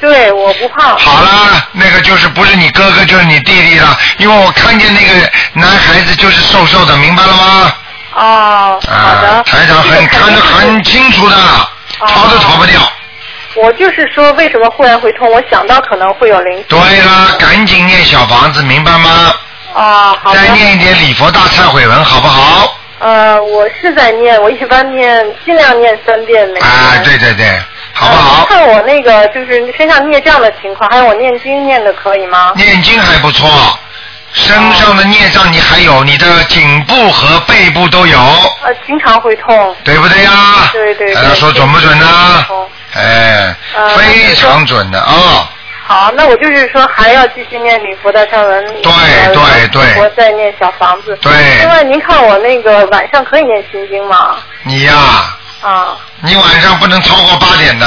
[SPEAKER 8] 对，我不胖。
[SPEAKER 1] 好啦，那个就是不是你哥哥就是你弟弟了，因为我看见那个男孩子就是瘦瘦的，明白了吗？
[SPEAKER 8] 哦，
[SPEAKER 1] 好的。啊台长哦很看得很清楚的，逃都逃不掉。
[SPEAKER 8] 我就是说，为什么忽然会痛？我想到可能会有灵性。
[SPEAKER 1] 对啦，赶紧念小房子，明白吗？
[SPEAKER 8] 啊，好的。
[SPEAKER 1] 再念一点礼佛大忏悔文，好不好？
[SPEAKER 8] 呃，我是在念，我一般念，尽量念三遍每天。
[SPEAKER 1] 啊，对对对，
[SPEAKER 8] 好不好？看我那个就是身上孽障的情况，还有我念经念的可以吗？
[SPEAKER 1] 念经还不错，身上的孽障你还有，你的颈部和背部都有，
[SPEAKER 8] 呃，经常会痛。
[SPEAKER 1] 对不对呀
[SPEAKER 8] 对对对。
[SPEAKER 1] 大家啊说准不准呢啊
[SPEAKER 8] 痛
[SPEAKER 1] 哎，
[SPEAKER 8] 呃
[SPEAKER 1] 非常准的啊、
[SPEAKER 8] 好，那我就是说还要继续念礼佛大忏文，呃对
[SPEAKER 1] 对对
[SPEAKER 8] 我再念小房子。
[SPEAKER 1] 对
[SPEAKER 8] 另外，您看我那个晚上可以念心经吗？
[SPEAKER 1] 你呀、
[SPEAKER 8] 啊，
[SPEAKER 1] 你晚上不能超过八点的，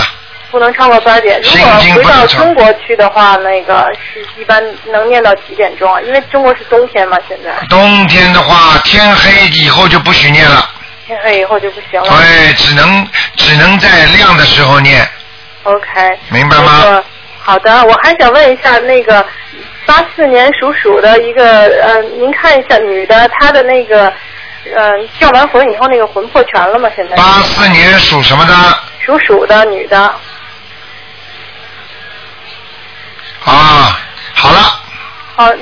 [SPEAKER 8] 不能超过八点。如果
[SPEAKER 1] 心经
[SPEAKER 8] 回
[SPEAKER 1] 不能
[SPEAKER 8] 到
[SPEAKER 1] 超
[SPEAKER 8] 中国去的话，那个是一般能念到几点钟啊？因为中国是冬天嘛，现在
[SPEAKER 1] 冬天的话天黑以后就不许念了，
[SPEAKER 8] 天黑以后就不行了。
[SPEAKER 1] 对，只能只能在亮的时候念，
[SPEAKER 8] OK。
[SPEAKER 1] 明白吗
[SPEAKER 8] 那个好的，我还想问一下那个八四年属鼠的一个，呃，您看一下女的，她的那个，呃，叫完魂以后那个魂魄全了吗？现在
[SPEAKER 1] 八四年属什么的？
[SPEAKER 8] 属鼠的女的，
[SPEAKER 1] 啊，好了，
[SPEAKER 8] 好，哦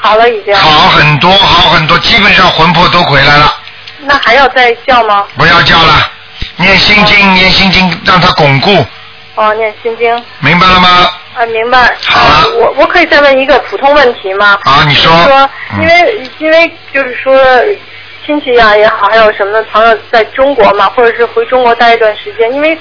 [SPEAKER 8] 好了已经。
[SPEAKER 1] 好很多，好很多，基本上魂魄都回来了。
[SPEAKER 8] 那还要再叫吗？
[SPEAKER 1] 不要叫了，念心经，念心经，让它巩固，
[SPEAKER 8] 哦，念心经。
[SPEAKER 1] 明白了吗？
[SPEAKER 8] 啊，明白。好、我我可以再问一个普通问题吗？
[SPEAKER 1] 啊你说
[SPEAKER 8] 就是说，因为、因为就是说亲戚呀、也好，还有什么的朋友在中国嘛，或者是回中国待一段时间，因为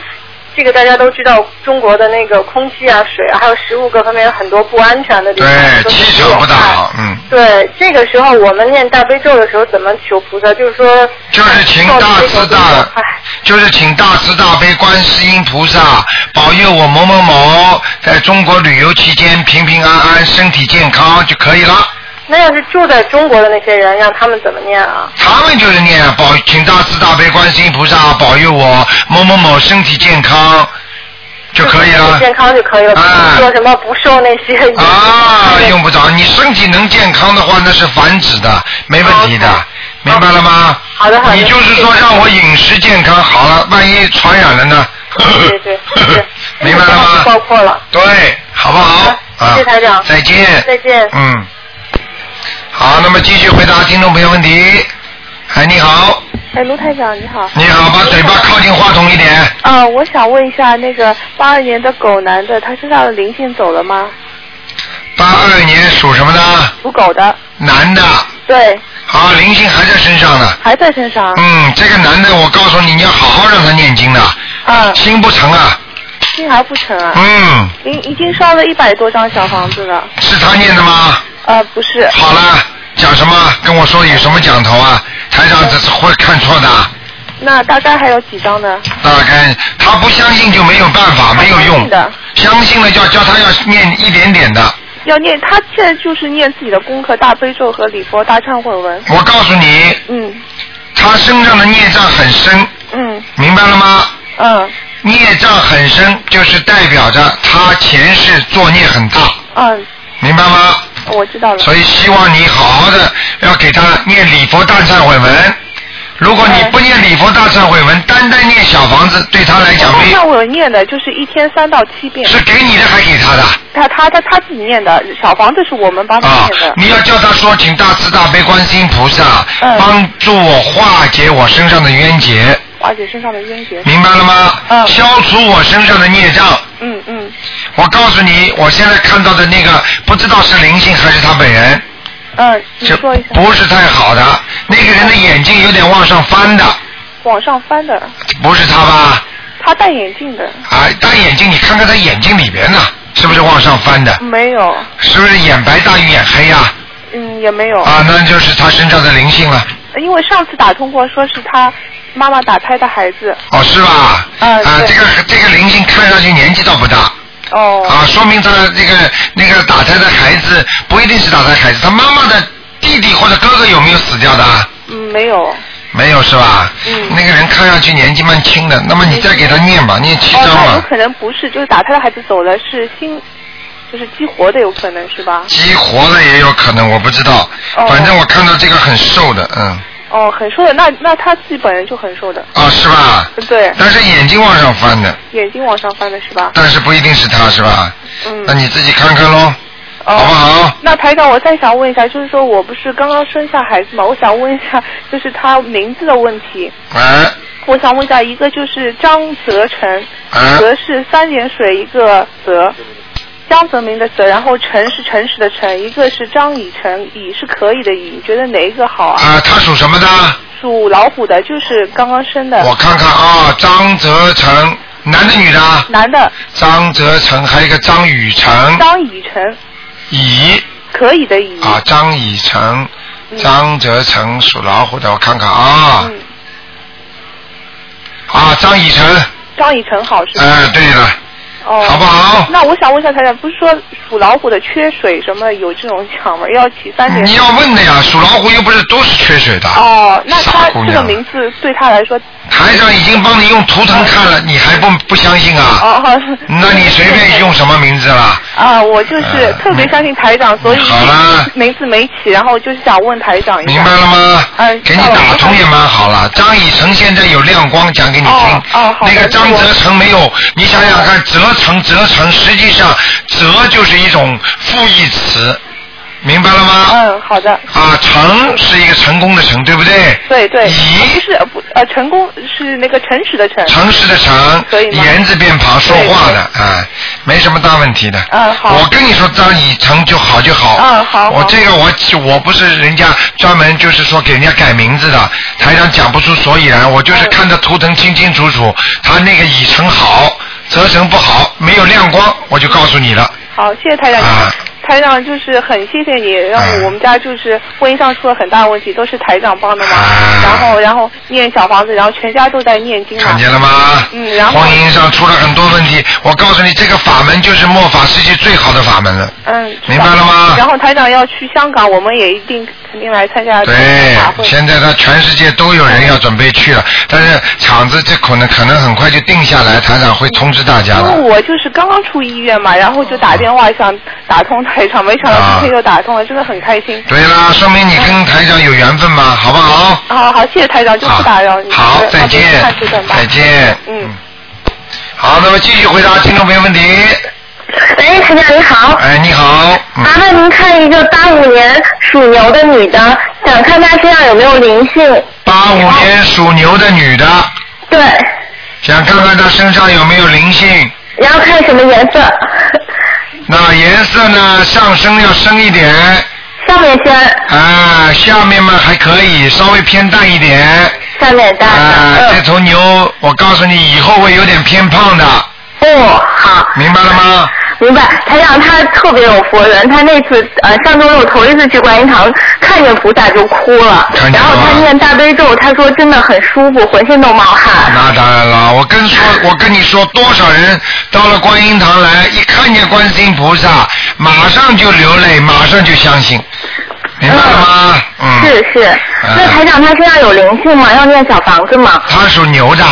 [SPEAKER 8] 这个大家都知道，中国的那个空气啊、水啊，还有食物各方面有很多不安全的地方。
[SPEAKER 1] 对，
[SPEAKER 8] 都是
[SPEAKER 1] 气
[SPEAKER 8] 有
[SPEAKER 1] 场不大
[SPEAKER 8] 害
[SPEAKER 1] 好，嗯，
[SPEAKER 8] 对，这个时候我们念大悲咒的时候，怎么求菩萨？就是说，
[SPEAKER 1] 就是请大慈大，
[SPEAKER 8] 哎
[SPEAKER 1] 就是请大慈大悲观世音菩萨保佑我某某某在中国旅游期间平平安安、身体健康就可以了。
[SPEAKER 8] 那要是住在中国的那些人，让他们怎么念啊？
[SPEAKER 1] 他们就是念保，请大慈大悲观世音菩萨保佑我某某某身体健康就可以啊了。
[SPEAKER 8] 健康就可以了，不是说什么不受那些影响。
[SPEAKER 1] 啊，用不着，你身体能健康的话，那是繁殖的，没问题的，明白了吗？
[SPEAKER 8] 哦好的好的
[SPEAKER 1] 你就是说让我饮食健康好了，万一传染了呢？
[SPEAKER 8] 对对对，
[SPEAKER 1] 明白了 吗？
[SPEAKER 8] 包括了。
[SPEAKER 1] 对，好不好？啊
[SPEAKER 8] 谢谢台长。
[SPEAKER 1] 再见。
[SPEAKER 8] 再见。
[SPEAKER 1] 嗯。好，那么继续回答听众朋友问题。哎，你好，
[SPEAKER 9] 哎，卢台长你好。
[SPEAKER 1] 你好，把嘴巴靠近话筒一点。
[SPEAKER 9] 嗯、我想问一下，那个八二年的狗男的，他身上的灵性走了吗？
[SPEAKER 1] 八二年属什么的？
[SPEAKER 9] 属狗的，
[SPEAKER 1] 男的。
[SPEAKER 9] 对，
[SPEAKER 1] 好，灵性还在身上呢。
[SPEAKER 9] 还在身上。
[SPEAKER 1] 嗯，这个男的，我告诉你，你要好好让他念经的。
[SPEAKER 9] 啊。
[SPEAKER 1] 心不诚啊，
[SPEAKER 9] 心还不成啊。
[SPEAKER 1] 嗯。
[SPEAKER 9] 您已经烧了一百多张小房子了。
[SPEAKER 1] 是他念的吗？
[SPEAKER 9] 呃，不是。
[SPEAKER 1] 好啦，讲什么？跟我说有什么讲头啊？台上这是会看错的，
[SPEAKER 9] 那大概还有几张呢？
[SPEAKER 1] 大概他不相信就没有办法，没有用。相信了就要教他要念一点点的。
[SPEAKER 9] 要念，他现在就是念自己的功课《大悲咒》和《礼佛大忏悔文》。
[SPEAKER 1] 我告诉你，
[SPEAKER 9] 嗯
[SPEAKER 1] 他身上的孽障很深，
[SPEAKER 9] 嗯
[SPEAKER 1] 明白了吗？
[SPEAKER 9] 嗯
[SPEAKER 1] 孽障很深，就是代表着他前世作孽很大，
[SPEAKER 9] 嗯，
[SPEAKER 1] 明白吗？
[SPEAKER 9] 我知道了。
[SPEAKER 1] 所以希望你好好的要给他念礼佛大忏悔文。如果你不念礼佛大忏悔文，单单念小房子，对他来讲
[SPEAKER 9] 哦我
[SPEAKER 1] 没
[SPEAKER 9] 看我有念的，就是一天三到七遍。
[SPEAKER 1] 是给你的还给他的？
[SPEAKER 9] 他他他他自己念的，小房啊子是我们帮他
[SPEAKER 1] 啊
[SPEAKER 9] 念的。
[SPEAKER 1] 你要叫他说，请大慈大悲观世音菩萨
[SPEAKER 9] 嗯
[SPEAKER 1] 帮助我化解我身上的冤结，
[SPEAKER 9] 化解身上的冤结。
[SPEAKER 1] 明白了吗？消除我身上的孽障。
[SPEAKER 9] 嗯嗯
[SPEAKER 1] 我告诉你，我现在看到的那个不知道是灵性还是他本人，
[SPEAKER 9] 嗯，你
[SPEAKER 1] 就
[SPEAKER 9] 说一下。
[SPEAKER 1] 不是太好的。那个人的眼睛有点往上翻的，
[SPEAKER 9] 往上翻的，
[SPEAKER 1] 不是他吧？
[SPEAKER 9] 他戴眼镜的，
[SPEAKER 1] 啊，大眼睛，你看看他眼睛里边呢，是不是往上翻的？
[SPEAKER 9] 没有，
[SPEAKER 1] 是不是眼白大于眼黑呀、
[SPEAKER 9] 嗯，
[SPEAKER 6] 嗯，也没有。
[SPEAKER 1] 啊，那就是他身上的灵性了。
[SPEAKER 6] 因为上次打通过，说是他妈妈打胎的孩子。
[SPEAKER 1] 哦，是吧？
[SPEAKER 6] 嗯
[SPEAKER 1] 啊，这个这个灵性看上去年纪倒不大。
[SPEAKER 6] 哦。
[SPEAKER 1] 啊，说明他那个那个打胎的孩子不一定是打胎孩子，他妈妈的弟弟或者哥哥有没有死掉的啊？
[SPEAKER 6] 嗯，没有。
[SPEAKER 1] 没有是吧？嗯。那个人看上去年纪蛮轻的，那么你再给他念吧，念七
[SPEAKER 6] 哦，
[SPEAKER 1] 张
[SPEAKER 6] 那有
[SPEAKER 1] 吧。
[SPEAKER 6] 可能不是，就是打胎的孩子走了，是新，就是激活的，有可能是吧？
[SPEAKER 1] 激活的也有可能，我不知道。
[SPEAKER 6] 哦
[SPEAKER 1] 反正我看到这个很瘦的，嗯，
[SPEAKER 6] 哦，很瘦的，那那他自己本人就很瘦的，
[SPEAKER 1] 啊是吧？
[SPEAKER 6] 对。
[SPEAKER 1] 但是眼睛往上翻的，
[SPEAKER 6] 眼睛往上翻的是吧？
[SPEAKER 1] 但是不一定是他是吧？
[SPEAKER 6] 嗯。
[SPEAKER 1] 那你自己看看喽。
[SPEAKER 6] 哦、
[SPEAKER 1] 好不好？
[SPEAKER 6] 那台长，我再想问一下，就是说我不是刚刚生下孩子嘛，我想问一下，就是他名字的问题。
[SPEAKER 1] 哎
[SPEAKER 6] 我想问一下，一个就是张泽成，
[SPEAKER 1] 哎
[SPEAKER 6] 泽是三点水一个泽，江泽民的泽，然后成是诚实的诚，一个是张以诚，以是可以的以，你觉得哪一个好啊？
[SPEAKER 1] 啊，他属什么的？
[SPEAKER 6] 属老虎的，就是刚刚生的。
[SPEAKER 1] 我看看啊，张泽成，男的女的啊？
[SPEAKER 6] 男的。
[SPEAKER 1] 张泽成，还有一个张雨成，
[SPEAKER 6] 嗯张以诚，
[SPEAKER 1] 乙
[SPEAKER 6] 可以的以。
[SPEAKER 1] 啊，张以成，
[SPEAKER 6] 嗯
[SPEAKER 1] 张泽成属老虎的，我看看啊。
[SPEAKER 6] 嗯
[SPEAKER 1] 啊，张以成，
[SPEAKER 6] 张以诚好是吧？
[SPEAKER 1] 哎，对了，
[SPEAKER 6] 哦，
[SPEAKER 1] 好不好？
[SPEAKER 6] 那我想问一下台长，不是说属老虎的缺水什么有这种讲吗？ 要起三点。
[SPEAKER 1] 你要问的呀，属老虎又不是都是缺水的。
[SPEAKER 6] 哦，那
[SPEAKER 1] 啊傻
[SPEAKER 6] 他
[SPEAKER 1] 姑
[SPEAKER 6] 这个
[SPEAKER 1] 娘，
[SPEAKER 6] 名字对他来说，
[SPEAKER 1] 台上已经帮你用图腾看了，你还不不相信啊？
[SPEAKER 6] 哦，
[SPEAKER 1] 那你随便用什么名字啦？
[SPEAKER 6] 啊，我就是特别相信台长，所以
[SPEAKER 1] 嗯好啦
[SPEAKER 6] 名字没起，然后就是想问台长一下。
[SPEAKER 1] 明白了吗？
[SPEAKER 6] 嗯，
[SPEAKER 1] 给你打通也蛮好了。
[SPEAKER 6] 哦
[SPEAKER 1] 张以诚现在有亮光，讲给你听。那个张泽成没有，你想想看，泽成泽成，实际上泽就是一种负义词，明白了吗？
[SPEAKER 6] 嗯，好的。
[SPEAKER 1] 啊，成是一个成功的成，对不对？
[SPEAKER 6] 对对，不是呃不呃，成功是那个诚实的诚。
[SPEAKER 1] 诚实的诚
[SPEAKER 6] 可以，吗
[SPEAKER 1] 言字边旁说话的
[SPEAKER 6] 对
[SPEAKER 1] 啊，没什么大问题的。
[SPEAKER 6] 嗯好
[SPEAKER 1] 我跟你说，张以诚就好就好。
[SPEAKER 6] 嗯好
[SPEAKER 1] 我
[SPEAKER 6] 好
[SPEAKER 1] 这个我我不是人家专门就是说给人家改名字的，台上讲不出所以然，我
[SPEAKER 6] 嗯
[SPEAKER 1] 就是看着图腾清清楚楚，他那个以诚好，泽成不好，没有亮光，我就告诉你了。
[SPEAKER 6] 好，谢谢台长。
[SPEAKER 1] 啊
[SPEAKER 6] 台长就是很谢谢你，让
[SPEAKER 1] 哎
[SPEAKER 6] 我们家就是婚姻上出了很大问题，都是台长帮的忙。
[SPEAKER 1] 哎
[SPEAKER 6] 然后，然后念小房子，然后全家都在念经嘛。
[SPEAKER 1] 看见了吗？
[SPEAKER 6] 嗯，然后
[SPEAKER 1] 婚姻上出了很多问题，我告诉你，这个法门就是末法世界最好的法门了。
[SPEAKER 6] 嗯，
[SPEAKER 1] 明白了吗
[SPEAKER 6] 然后台长要去香港，我们也一定肯定来参加这个法
[SPEAKER 1] 对，
[SPEAKER 6] 会。
[SPEAKER 1] 现在他全世界都有人要准备去了，但是场子这可能可能很快就定下来，台长会通知大家
[SPEAKER 6] 因为
[SPEAKER 1] 的。
[SPEAKER 6] 我就是刚刚出医院嘛，然后就打电话想打通台长，没想
[SPEAKER 1] 啊
[SPEAKER 6] 到今天又打通了，真的很开心。
[SPEAKER 1] 对啦，说明你跟台长有缘分嘛，好不好？啊
[SPEAKER 6] 好好，谢谢台长，嗯就不打扰你。
[SPEAKER 1] 好，再见
[SPEAKER 6] 那就看着办，吧
[SPEAKER 1] 再见。
[SPEAKER 6] 嗯。
[SPEAKER 1] 好，那么继续回答听众朋友问题。
[SPEAKER 2] 哎，陈长你好，
[SPEAKER 1] 哎，你好，
[SPEAKER 2] 麻
[SPEAKER 10] 啊
[SPEAKER 2] 烦您看一个八五年属牛的女的，想看她身上有没有灵性。
[SPEAKER 1] 八五年属牛的女的，
[SPEAKER 2] 对，
[SPEAKER 1] 想看看她身上有没有灵性。
[SPEAKER 2] 然后看什么颜色？
[SPEAKER 1] 那颜色呢？上升要深一点。
[SPEAKER 2] 上面深。
[SPEAKER 1] 啊，下面嘛还可以，稍微偏淡一点。
[SPEAKER 2] 下面淡。嗯
[SPEAKER 1] 啊，这头牛，我告诉你，以后会有点偏胖的。
[SPEAKER 2] 哦，好。
[SPEAKER 1] 明白了吗？
[SPEAKER 2] 明白，台长她特别有佛缘，她那次呃上周六头一次去观音堂，看见菩萨就哭了，然后她念大悲咒，她说真的很舒服，浑身都冒汗。
[SPEAKER 1] 那当然了，我跟 说，我跟你说，多少人到了观音堂来，一看见观世音菩萨，马上就流泪，马上就相信，明白了吗？嗯。
[SPEAKER 2] 是是，那台长她身上有灵性吗？要念小房子吗？
[SPEAKER 1] 他属牛的，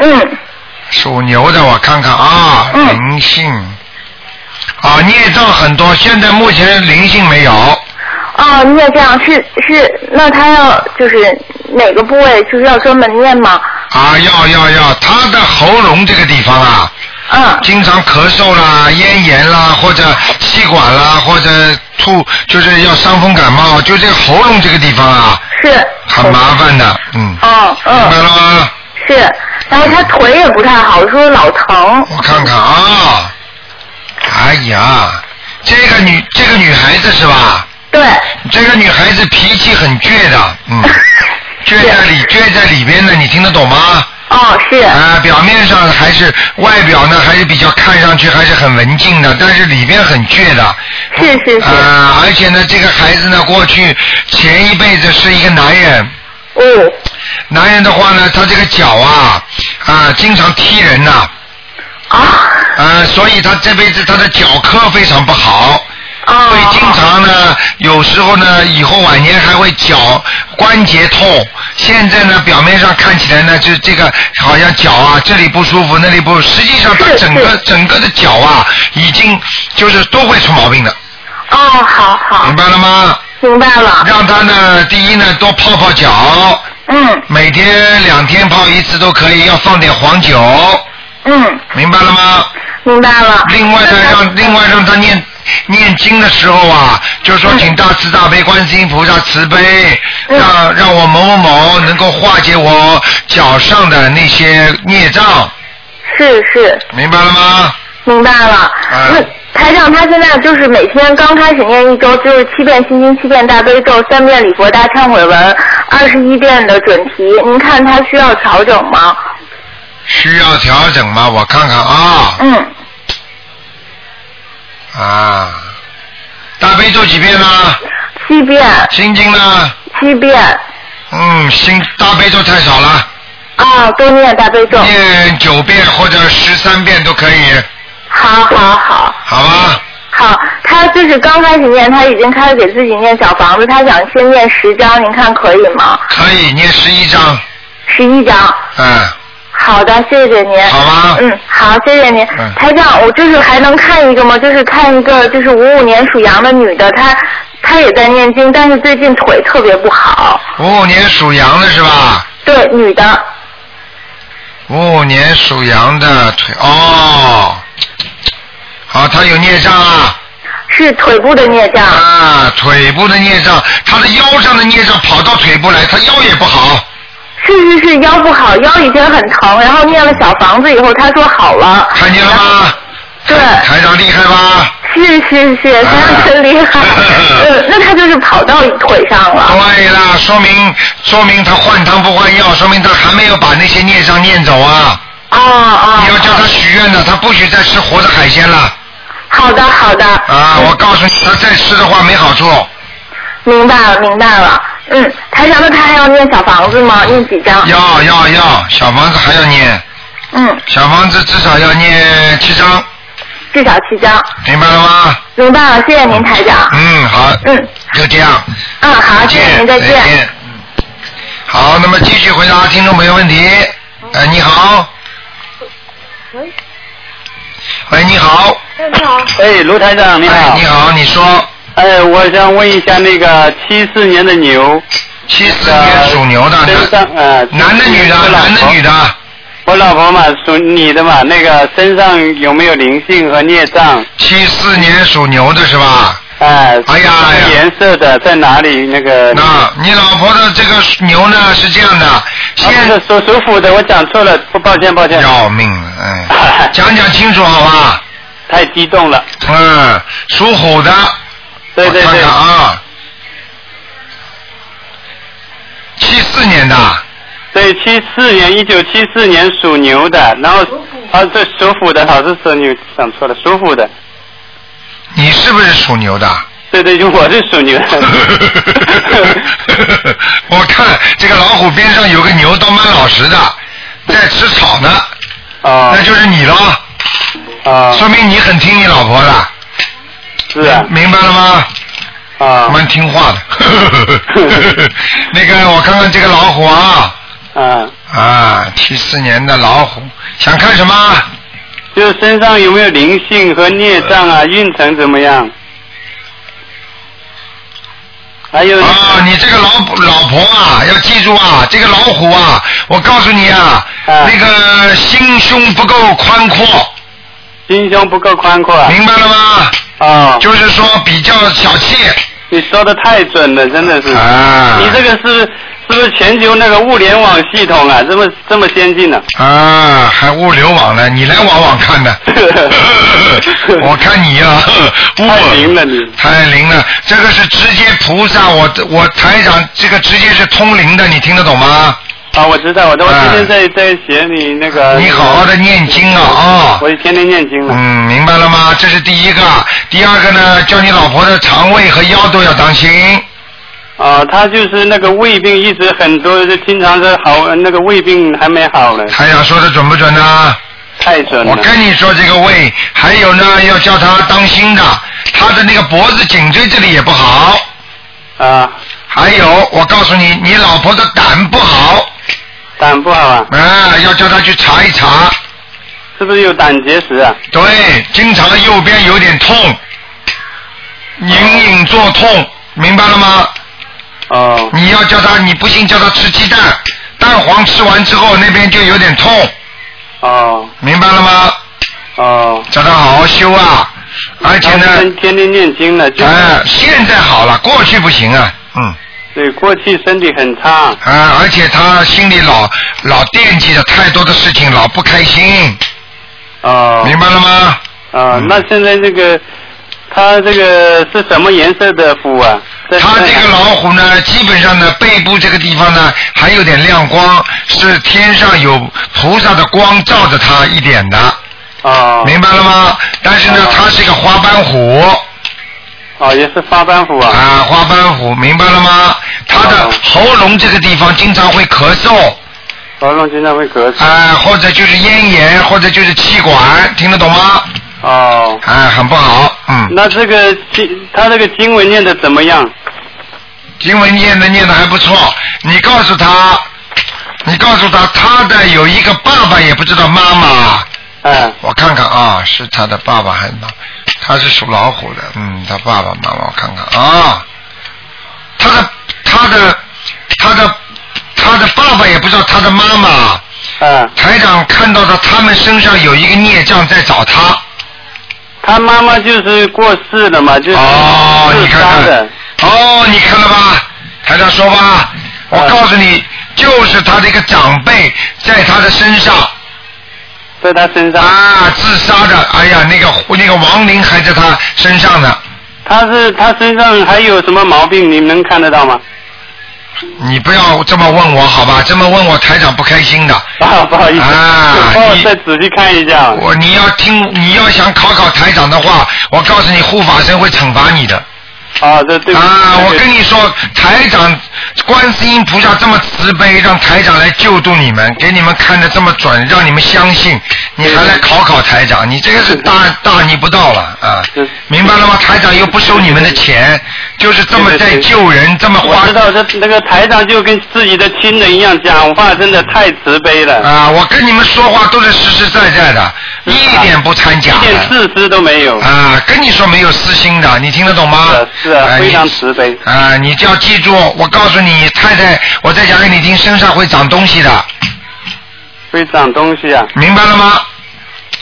[SPEAKER 2] 嗯，
[SPEAKER 1] 属牛的，我看看啊，灵性，啊，孽障很多，现在目前灵性没有，
[SPEAKER 2] 哦，你也这样是是，那她要就是哪个部位就是要专门念吗？
[SPEAKER 1] 啊，要要要，他的喉咙这个地方啊，
[SPEAKER 2] 嗯，
[SPEAKER 1] 经常咳嗽啦、咽炎啦，或者气管啦，或者吐，就是要伤风感冒，就这个喉咙这个地方啊，
[SPEAKER 2] 是
[SPEAKER 1] 很麻烦的，嗯，
[SPEAKER 2] 哦，嗯，明白
[SPEAKER 1] 了吗？
[SPEAKER 2] 是，然后她腿也不太好，说老疼。
[SPEAKER 1] 我看看啊，哎呀，这个女这个女孩子是吧？
[SPEAKER 2] 对。
[SPEAKER 1] 这个女孩 嗯子脾气很倔的，嗯，倔在里倔在里边的，你听得懂吗？
[SPEAKER 10] 哦，是。
[SPEAKER 1] 啊，表面上还是外表呢，还是比较看上去还是很文静的，但是里边很倔的。
[SPEAKER 10] 是是是。
[SPEAKER 1] 啊，而且呢，这个孩子呢，过去前一辈子是一个男人。
[SPEAKER 10] 哦。
[SPEAKER 1] 男人的话呢，他这个脚啊啊，经常踢人呐、
[SPEAKER 10] 啊。
[SPEAKER 1] 啊，所以他这辈子他的脚科非常不好。
[SPEAKER 10] 啊
[SPEAKER 1] 会经常呢，有时候呢，以后晚年还会脚关节痛。现在呢，表面上看起来呢，就这个好像脚啊这里不舒服，那里不舒服，实际上他整个整个的脚啊，已经就是都会出毛病的。
[SPEAKER 10] 哦，好好。
[SPEAKER 1] 明白了吗？
[SPEAKER 10] 明白了。
[SPEAKER 1] 让他呢，第一呢，多泡泡脚。
[SPEAKER 10] 嗯。
[SPEAKER 1] 每天两天泡一次都可以，要放点黄酒。
[SPEAKER 10] 嗯。
[SPEAKER 1] 明白了吗？
[SPEAKER 10] 明白了。
[SPEAKER 1] 另外呢，让另外让他念念经的时候啊，就说请大慈大悲观世音菩萨慈悲，让让我某某某能够化解我脚上的那些孽障，
[SPEAKER 10] 是是。
[SPEAKER 1] 明白了吗？
[SPEAKER 10] 明白了。
[SPEAKER 1] 哎
[SPEAKER 10] 那台长他现在就是每天刚开始念一周，就是七遍心经、七遍大悲咒、三遍礼佛大忏悔文、二十一遍的准提，您看他需要调整吗？
[SPEAKER 1] 需要调整吗？我看看啊
[SPEAKER 10] 嗯，
[SPEAKER 1] 啊，大悲咒几遍呢？
[SPEAKER 10] 七遍。
[SPEAKER 1] 心经呢？
[SPEAKER 10] 七遍。
[SPEAKER 1] 嗯，心大悲咒太少了，
[SPEAKER 10] 啊，都念大悲咒。
[SPEAKER 1] 念九遍或者十三遍都可以，
[SPEAKER 10] 好好好。
[SPEAKER 1] 好吧？
[SPEAKER 10] 好，他就是刚开始念，他已经开始给自己念小房子，他想先念十章，您看可以吗？
[SPEAKER 1] 可以念十一章，
[SPEAKER 10] 十一章。
[SPEAKER 1] 嗯。
[SPEAKER 10] 好的，谢谢您。
[SPEAKER 1] 好吗？
[SPEAKER 10] 嗯，好，谢谢您。台长，我就是还能看一个吗？就是看一个，就是五五年属羊的女的，她她也在念经，但是最近腿特别不好。
[SPEAKER 1] 五五年属羊的是吧？
[SPEAKER 10] 对，女的。
[SPEAKER 1] 五五年属羊的腿哦，好，他有孽障啊。
[SPEAKER 10] 是腿部的孽障。
[SPEAKER 1] 啊，腿部的孽障，他的腰上的孽障跑到腿部来，他腰也不好。
[SPEAKER 10] 是是是，腰不好，腰以前很疼，然后念了小房子以后，她说好了。
[SPEAKER 1] 看见了吗？
[SPEAKER 10] 对。
[SPEAKER 1] 台长厉害吧？
[SPEAKER 10] 是是是，台
[SPEAKER 1] 哎
[SPEAKER 10] 长真厉害。嗯，那她就是跑到腿上了。
[SPEAKER 1] 对啦，说明说明他换汤不换药，说明他还没有把那些孽障念走啊。
[SPEAKER 10] 啊啊！
[SPEAKER 1] 你要叫他许愿的，他不许再吃活的海鲜了。
[SPEAKER 10] 好的好的。
[SPEAKER 1] 啊，我告诉你，他再吃的话没好处。
[SPEAKER 10] 明白了，明白了。嗯，台长，那她还要念小房子吗？念几张？
[SPEAKER 1] 要要要，小房子还要念，
[SPEAKER 10] 啊嗯，
[SPEAKER 1] 小房子至少要念七张，
[SPEAKER 10] 至少七张。
[SPEAKER 1] 明白了吗？
[SPEAKER 10] 明白了，谢谢您，台长。
[SPEAKER 1] 嗯，好。
[SPEAKER 10] 啊嗯。
[SPEAKER 1] 就这样。
[SPEAKER 10] 嗯，好，谢谢您，再见。
[SPEAKER 1] 嗯。好，那么继续回答听众朋友问题。哎，你好。
[SPEAKER 5] 喂。
[SPEAKER 1] 喂，哎你好。
[SPEAKER 5] 你好。哎，卢台长，你好。
[SPEAKER 1] 你好，你说。
[SPEAKER 5] 哎，我想问一下那个七四年的牛。
[SPEAKER 1] 七四
[SPEAKER 5] 呃
[SPEAKER 1] 年属牛的。
[SPEAKER 5] 身上呃。
[SPEAKER 1] 男的女的男的女的。
[SPEAKER 5] 我老婆嘛，属你的嘛，那个身上有没有灵性和孽障？
[SPEAKER 1] 七四年属牛的是吧？
[SPEAKER 5] 哎。
[SPEAKER 1] 哎呀哎呀。
[SPEAKER 5] 颜色的在哪里？那个。啊
[SPEAKER 1] 那你老婆的这个牛呢是这样的，
[SPEAKER 5] 现在属属虎的，我讲错了，不抱歉抱歉。
[SPEAKER 1] 要命了， 哎，讲讲清楚好吧？
[SPEAKER 5] 太激动了。
[SPEAKER 1] 嗯，属虎的。
[SPEAKER 5] 对对
[SPEAKER 1] 我看看啊，七四年的。
[SPEAKER 5] 对，七四年，一九七四年属牛的，然后啊，对，属虎的，好是属牛，讲错了，属虎的，
[SPEAKER 1] 你是不是属牛的？
[SPEAKER 5] 对对，就我是属牛的，
[SPEAKER 1] 我看这个老虎边上有个牛，倒蛮老实的，在吃草呢。
[SPEAKER 5] 啊。
[SPEAKER 1] 那就是你喽。
[SPEAKER 5] 啊。
[SPEAKER 1] 说明你很听你老婆的。
[SPEAKER 5] 是啊。
[SPEAKER 1] 明白了吗？
[SPEAKER 5] 啊。
[SPEAKER 1] 蛮听话的。 那个，我看看这个老虎啊。
[SPEAKER 5] 嗯。
[SPEAKER 1] 啊，七四年的老虎，想看什么？
[SPEAKER 5] 就是身上有没有灵性和孽障啊，运程怎么样？还有
[SPEAKER 1] 啊，你这个老老婆啊，要记住啊，这个老虎啊，我告诉你啊，那个心胸不够宽阔。
[SPEAKER 5] 心胸不够宽阔、
[SPEAKER 1] 明白了吗？
[SPEAKER 5] 啊。
[SPEAKER 1] 就是说比较小气。
[SPEAKER 5] 你说的太准了，真的是。
[SPEAKER 1] 啊。
[SPEAKER 5] 嗯你这个是不是是不是全球那个物联网系统啊？这么这么先进呢、
[SPEAKER 1] 啊，还物流网呢，你来网网看 的。我看你啊，太灵
[SPEAKER 5] 了你，
[SPEAKER 1] 太灵了，这个是直接菩萨，我我台长这个直接是通灵的，你听得懂吗？
[SPEAKER 5] 啊，我知道，我知道，我天天在在写你那个。
[SPEAKER 1] 你好好地念经啊啊
[SPEAKER 5] 哎我天天念经了。
[SPEAKER 1] 嗯，明白了吗？这是第一个，第二个呢，叫你老婆的肠胃和腰都要当心。
[SPEAKER 5] 啊，他就是那个胃病，一直很多，就经常是好，那个胃病还没好呢。
[SPEAKER 1] 台长说的准不准呢、
[SPEAKER 5] 太准了。
[SPEAKER 1] 我跟你说，这个胃，还有呢，要叫他当心的，他的那个脖子、颈椎这里也不好。
[SPEAKER 5] 啊。
[SPEAKER 1] 还有，我告诉你，你老婆的胆不好。
[SPEAKER 5] 胆不好啊。
[SPEAKER 1] 啊，要叫他去查一查。
[SPEAKER 5] 是不是有胆结石啊？
[SPEAKER 1] 对，经常右边有点痛，隐隐作痛，明白了吗？
[SPEAKER 5] 哦。
[SPEAKER 1] 你要叫他，你不信叫他吃鸡蛋，蛋黄吃完之后那边就有点痛，
[SPEAKER 5] 哦
[SPEAKER 1] 明白了吗？
[SPEAKER 5] 哦。
[SPEAKER 1] 叫他好好修啊，而且呢
[SPEAKER 5] 他天天天念经了，就
[SPEAKER 1] 哎、现在好了，过去不行啊，嗯。
[SPEAKER 5] 对，过去身体很差。
[SPEAKER 1] 啊，而且他心里老老惦记着太多的事情，老不开心。
[SPEAKER 5] 哦。
[SPEAKER 1] 明白了吗？
[SPEAKER 5] 啊、
[SPEAKER 1] 嗯
[SPEAKER 5] 那现在这个，他这个是什么颜色的符啊？
[SPEAKER 1] 他这个老虎呢，基本上呢，背部这个地方呢，还有点亮光，是天上有菩萨的光照着他一点的。
[SPEAKER 5] 哦。
[SPEAKER 1] 明白了吗？但是呢，它是一个花斑虎。
[SPEAKER 5] 哦，也是花斑虎啊。
[SPEAKER 1] 啊，花斑虎，明白了吗？它
[SPEAKER 5] 哦
[SPEAKER 1] 的喉咙这个地方经常会咳嗽。
[SPEAKER 5] 喉咙经常会咳嗽。
[SPEAKER 1] 啊，或者就是咽炎，或者就是气管，听得懂吗？
[SPEAKER 5] 哦。
[SPEAKER 1] 啊，很不好，嗯。
[SPEAKER 5] 那这个经，他这个经文念的怎么样？
[SPEAKER 1] 经文念的念的还不错，你告诉他，你告诉他，他的有一个爸爸也不知道妈妈。
[SPEAKER 5] 嗯。
[SPEAKER 1] 我看看啊，是他的爸爸还是妈？他是属老虎的，嗯，他爸爸妈妈，我看看啊，他的他的他的他的爸爸也不知道他的妈妈。
[SPEAKER 5] 嗯。
[SPEAKER 1] 台长看到的他们身上有一个孽障在找他。
[SPEAKER 5] 他妈妈就是过世了嘛，就是
[SPEAKER 1] 哦，
[SPEAKER 5] 自
[SPEAKER 1] 你看
[SPEAKER 5] 杀的啊
[SPEAKER 1] 看。，哦，你看了吧？台长说吧，我告诉你，就是他的一个长辈在他的身上
[SPEAKER 5] 在他身上
[SPEAKER 1] 啊，自杀的。哎呀，那个那个亡灵还在他身上呢。
[SPEAKER 5] 他是他身上还有什么毛病？你们能看得到吗？
[SPEAKER 1] 你不要这么问我好吧？这么问我台长不开心的。
[SPEAKER 5] 啊，不好意思，
[SPEAKER 1] 啊，
[SPEAKER 5] 帮我
[SPEAKER 1] 你
[SPEAKER 5] 再仔细看一下。
[SPEAKER 1] 我你要听，你要想考考台长的话，我告诉你，护法神会惩罚你的。
[SPEAKER 5] 啊，这对
[SPEAKER 1] 啊，我跟你说，台长，观世音菩萨这么慈悲，让台长来救度你们，给你们看的这么准，让你们相信，你还来考考台长，你这个是大大逆不道了啊！明白了吗？台长又不收你们的钱，就是这么在救人，这么花
[SPEAKER 5] 我知道这那个台长就跟自己的亲人一样，讲话真的太慈悲了，
[SPEAKER 1] 啊！我跟你们说话都是实实在在的，一点不掺假
[SPEAKER 5] 啊一点
[SPEAKER 1] 的。
[SPEAKER 5] 自私都没有。
[SPEAKER 1] 啊，跟你说没有私心的，你听得懂吗？
[SPEAKER 5] 是啊，
[SPEAKER 1] 哎
[SPEAKER 5] 非常
[SPEAKER 1] 你
[SPEAKER 5] 慈悲。
[SPEAKER 1] 啊，你就要记住，我告诉你，太太，我再讲给你听，身上会长东西的，
[SPEAKER 5] 会长东西啊。
[SPEAKER 1] 明白了吗？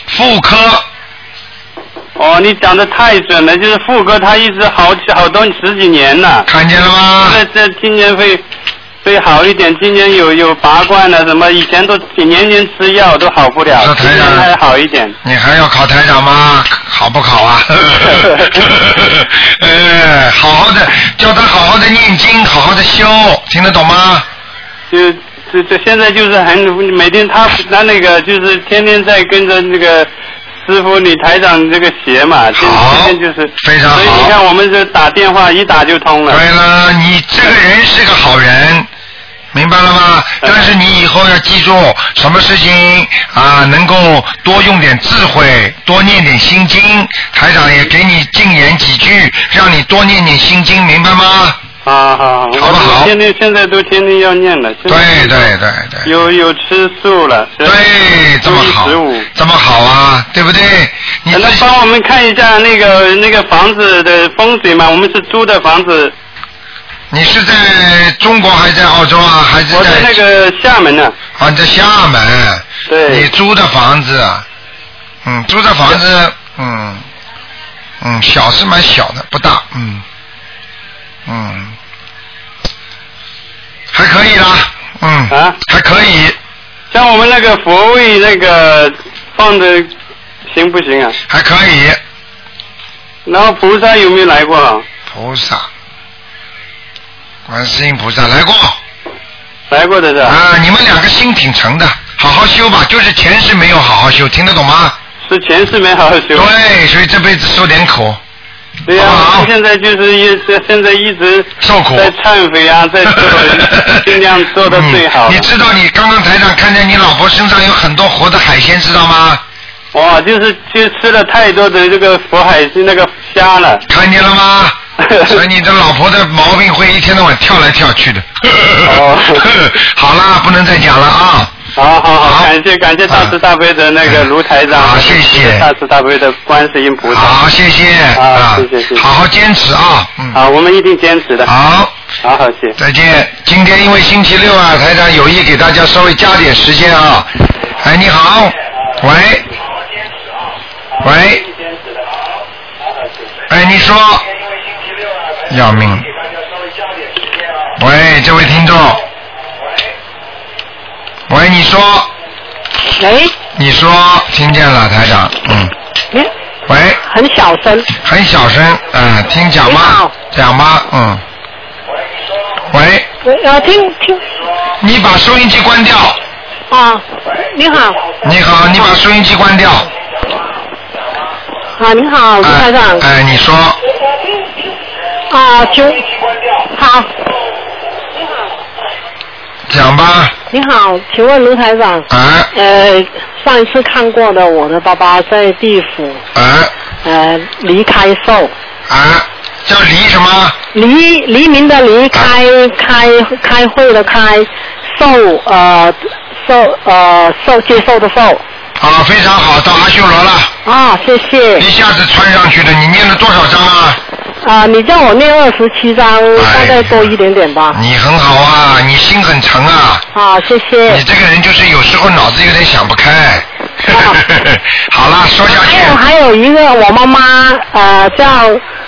[SPEAKER 1] 妇科。
[SPEAKER 5] 哦，你讲的太准了，就是妇科，它一直好几好多十几年了。
[SPEAKER 1] 看见了吗？
[SPEAKER 5] 这这今年会会好一点，今年有有拔罐了什么，以前都几年年吃药都好不了，今年还好一点。
[SPEAKER 1] 你还要考台长吗？考不考啊？ 呃，好好的，叫他好好的念经，好好的修，听得懂吗？
[SPEAKER 5] 就就就现在就是很每天他他那个就是天天在跟着那个师傅李台长这个学嘛，天天就是非常好。所以你看我们这打电话一打就通了。
[SPEAKER 1] 对了，你这个人是个好人，明白了吗？
[SPEAKER 5] 嗯
[SPEAKER 1] 但是你以后要记住，什么事情啊，能够多用点智慧，多念点心经。台长也给你禁言几句，让你多念念心经，明白吗？
[SPEAKER 5] 啊好，好不好？天天现在都天天要念了。对
[SPEAKER 1] 对对
[SPEAKER 5] 对。有有吃素了。
[SPEAKER 1] 对，这么好
[SPEAKER 5] 十五。
[SPEAKER 1] 这么好啊，对不对？你
[SPEAKER 5] 能帮我们看一下那个那个房子的风水吗？我们是租的房子，
[SPEAKER 1] 你是在中国还是在澳洲啊？还是在？
[SPEAKER 5] 我在那个厦门呢。
[SPEAKER 1] 啊，你在厦门。
[SPEAKER 5] 对。
[SPEAKER 1] 你租的房子啊，嗯，租的房子，嗯，嗯，小是蛮小的，不大，嗯，嗯，还可以啦，嗯，
[SPEAKER 5] 啊，
[SPEAKER 1] 还可以。
[SPEAKER 5] 像我们那个佛位那个放的行不行啊？
[SPEAKER 1] 还可以。
[SPEAKER 5] 然后菩萨有没有来过啊？
[SPEAKER 1] 菩萨，观世音菩萨来过，
[SPEAKER 5] 来过的是吧？
[SPEAKER 1] 啊，你们两个心挺诚的，好好修吧，就是前世没有好好修，听得懂吗？
[SPEAKER 5] 是前世没好好修。
[SPEAKER 1] 对，所以这辈子受点苦。
[SPEAKER 5] 对呀、我现在就是一直现在一直
[SPEAKER 1] 受苦
[SPEAKER 5] 在忏悔 啊，在做尽量做到最好。啊
[SPEAKER 1] 嗯你知道你刚刚台上看见你老婆身上有很多活的海鲜，知道吗？
[SPEAKER 5] 哇，就是就吃了太多的这个佛海是那个虾了。
[SPEAKER 1] 看见了 吗？所以你的老婆的毛病会一天到晚跳来跳去的。
[SPEAKER 5] 哦
[SPEAKER 1] 好啦，不能再讲了啊！
[SPEAKER 5] 好好好，感谢感谢大慈大悲的那个卢台长，
[SPEAKER 1] 好啊谢谢
[SPEAKER 5] 大慈大悲的观世音菩萨。
[SPEAKER 1] 好，谢谢
[SPEAKER 5] 啊，谢谢谢谢，
[SPEAKER 1] 好好坚持啊！嗯，
[SPEAKER 5] 好，我们一定坚持的。
[SPEAKER 1] 好，
[SPEAKER 5] 好好谢。
[SPEAKER 1] 再见。今天因为星期六啊，台长有意给大家稍微加点时间啊。哎，你好，喂，喂，哎，你说，要命！喂，这位听众，喂，你说，
[SPEAKER 2] 喂，
[SPEAKER 1] 你说，听见了，台长，嗯，
[SPEAKER 2] 你
[SPEAKER 1] 喂，
[SPEAKER 2] 很小声。
[SPEAKER 1] 很小声，嗯、听讲
[SPEAKER 2] 你
[SPEAKER 1] 吧
[SPEAKER 2] 好，
[SPEAKER 1] 讲吧，嗯，喂，
[SPEAKER 2] 我呃，听听
[SPEAKER 1] 你把收音机关掉，
[SPEAKER 2] 啊，你好啊
[SPEAKER 1] 你好，你把收音机关掉，
[SPEAKER 2] 啊，你好，卢台长
[SPEAKER 1] 哎，你说，
[SPEAKER 2] 啊，请好，
[SPEAKER 1] 讲吧，
[SPEAKER 2] 你好，请问卢台长，
[SPEAKER 1] 啊，
[SPEAKER 2] 呃，上一次看过的我的爸爸在地府，
[SPEAKER 1] 啊，
[SPEAKER 2] 呃，离开寿，
[SPEAKER 1] 啊，叫离什么？
[SPEAKER 2] 黎黎明的黎，开开开会的开，寿呃寿呃寿接受的寿。
[SPEAKER 1] 啊，非常好，到阿修罗了。
[SPEAKER 2] 啊，谢谢。
[SPEAKER 1] 一下子穿上去的，你念了多少章啊？
[SPEAKER 2] 啊，你叫我念二十七章，大概多一点点吧。
[SPEAKER 1] 你很好啊，你心很诚啊。
[SPEAKER 2] 啊，谢谢。
[SPEAKER 1] 你这个人就是有时候脑子有点想不开。 好了，说下去。
[SPEAKER 2] 还有啊哎还有一个，我妈妈呃叫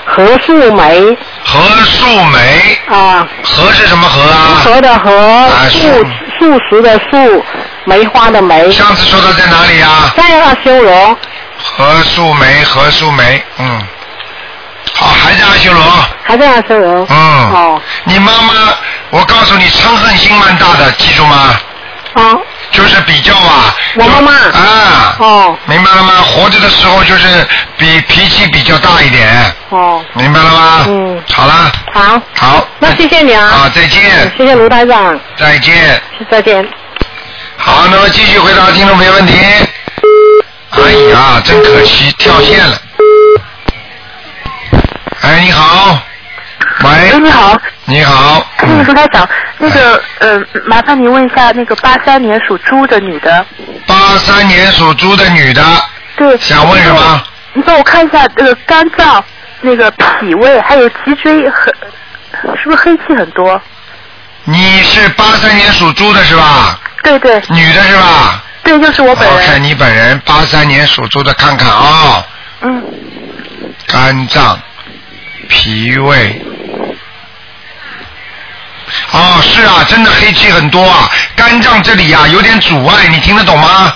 [SPEAKER 2] 何素梅。
[SPEAKER 1] 何素梅。
[SPEAKER 2] 啊。
[SPEAKER 1] 何是什么何啊？
[SPEAKER 2] 何的何，素素食的素，梅花的梅。
[SPEAKER 1] 上次说的在哪里啊？
[SPEAKER 2] 在阿修罗。
[SPEAKER 1] 何素梅，何素梅，嗯，好，还在阿修罗。
[SPEAKER 2] 还在阿修罗。
[SPEAKER 1] 嗯。哦。你妈妈，我告诉你，嗔恨心蛮大的，记住吗？
[SPEAKER 2] 啊。
[SPEAKER 1] 就是比较啊。
[SPEAKER 2] 我妈妈。
[SPEAKER 1] 啊。
[SPEAKER 2] 哦。
[SPEAKER 1] 明白了吗？活着的时候就是比脾气比较大一点，
[SPEAKER 2] 哦。
[SPEAKER 1] 明白了吗？
[SPEAKER 2] 嗯。
[SPEAKER 1] 好啦，
[SPEAKER 2] 好。
[SPEAKER 1] 好，
[SPEAKER 2] 那谢谢你啊。
[SPEAKER 1] 好再见
[SPEAKER 2] 嗯谢谢卢台长，
[SPEAKER 1] 再见。
[SPEAKER 2] 再见。
[SPEAKER 1] 好，那么继续回答听众朋友问题。哎呀，真可惜，跳线了。哎，你好，喂，
[SPEAKER 6] 哎你好，
[SPEAKER 1] 你好，
[SPEAKER 6] 那个卢台长，那个呃，麻烦您问一下，那个八三年属猪的女的，
[SPEAKER 1] 八三年属猪的女的，
[SPEAKER 6] 对，
[SPEAKER 1] 想问什么？
[SPEAKER 6] 你帮我看一下那个肝脏、那个脾胃，还有脊椎
[SPEAKER 1] 嗯
[SPEAKER 6] 很，是不是黑气很多？
[SPEAKER 1] 你是八三年属猪的是吧？
[SPEAKER 6] 对对。
[SPEAKER 1] 女的是吧？
[SPEAKER 6] 对，就是我本
[SPEAKER 1] 我
[SPEAKER 6] 人。
[SPEAKER 1] 哦看你本人八三年属猪的，看看啊、
[SPEAKER 6] 嗯，
[SPEAKER 1] 肝脏、脾胃。哦，是啊，真的黑气很多啊，肝脏这里啊有点阻碍，你听得懂吗？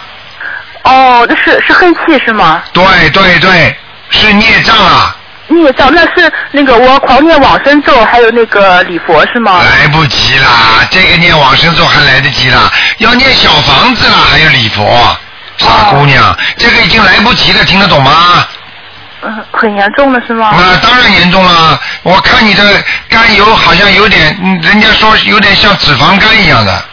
[SPEAKER 6] 哦，那是是黑气是吗？
[SPEAKER 1] 对对对，是孽障啊，
[SPEAKER 6] 孽障，那是那个我狂念往生咒，还有那个礼佛是吗？
[SPEAKER 1] 来不及啦，这个念往生咒还来得及啦，要念小房子啦，还有礼佛，
[SPEAKER 6] 啊
[SPEAKER 1] 傻姑娘，这个已经来不及了，听得懂吗？
[SPEAKER 6] 嗯，很严重了是吗？
[SPEAKER 1] 啊，当然严重了，我看你的肝油好像有点，嗯人家说有点像脂肪肝一样的。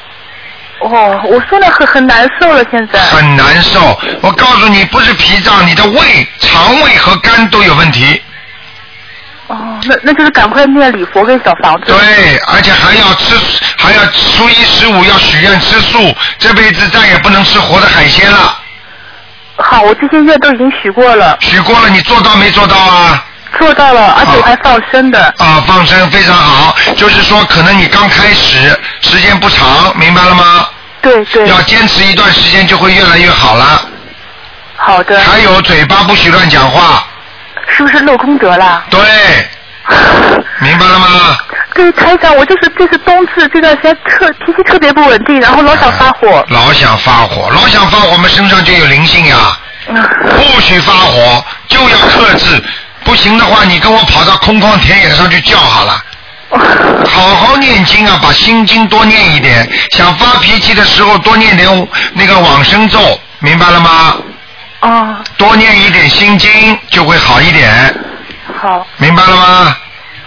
[SPEAKER 6] 哦，我说的很很难受了，现在。
[SPEAKER 1] 很难受。我告诉你，不是脾脏，你的胃、肠胃和肝都有问题。
[SPEAKER 6] 哦，那那就是赶快念礼佛跟小房子。
[SPEAKER 1] 对，而且还要吃，还要初一十五要许愿吃素，这辈子再也不能吃活的海鲜了。
[SPEAKER 6] 好，我这些愿都已经许过了。
[SPEAKER 1] 许过了，你做到没做到啊？
[SPEAKER 6] 做到了，而且我还放生的。
[SPEAKER 1] 啊，放生非常好，就是说可能你刚开始时间不长，明白了吗？
[SPEAKER 6] 对对。
[SPEAKER 1] 要坚持一段时间就会越来越好了。
[SPEAKER 6] 好的。
[SPEAKER 1] 还有嘴巴不许乱讲话，
[SPEAKER 6] 是不是漏功德了？
[SPEAKER 1] 对，明白了吗？
[SPEAKER 6] 对，台长，我就是就是冬至这段时间特脾气特别不稳定，然后老想发火。
[SPEAKER 1] 老想发火，老想发火，我们身上就有灵性呀、不许发火，就要克制。不行的话，你跟我跑到空旷田野上去叫好了。好好念经啊，把心经多念一点。想发脾气的时候多念点那个往生咒，明白了吗？
[SPEAKER 6] 哦，
[SPEAKER 1] 多念一点心经就会好一点，
[SPEAKER 6] 好。
[SPEAKER 1] 明白了吗？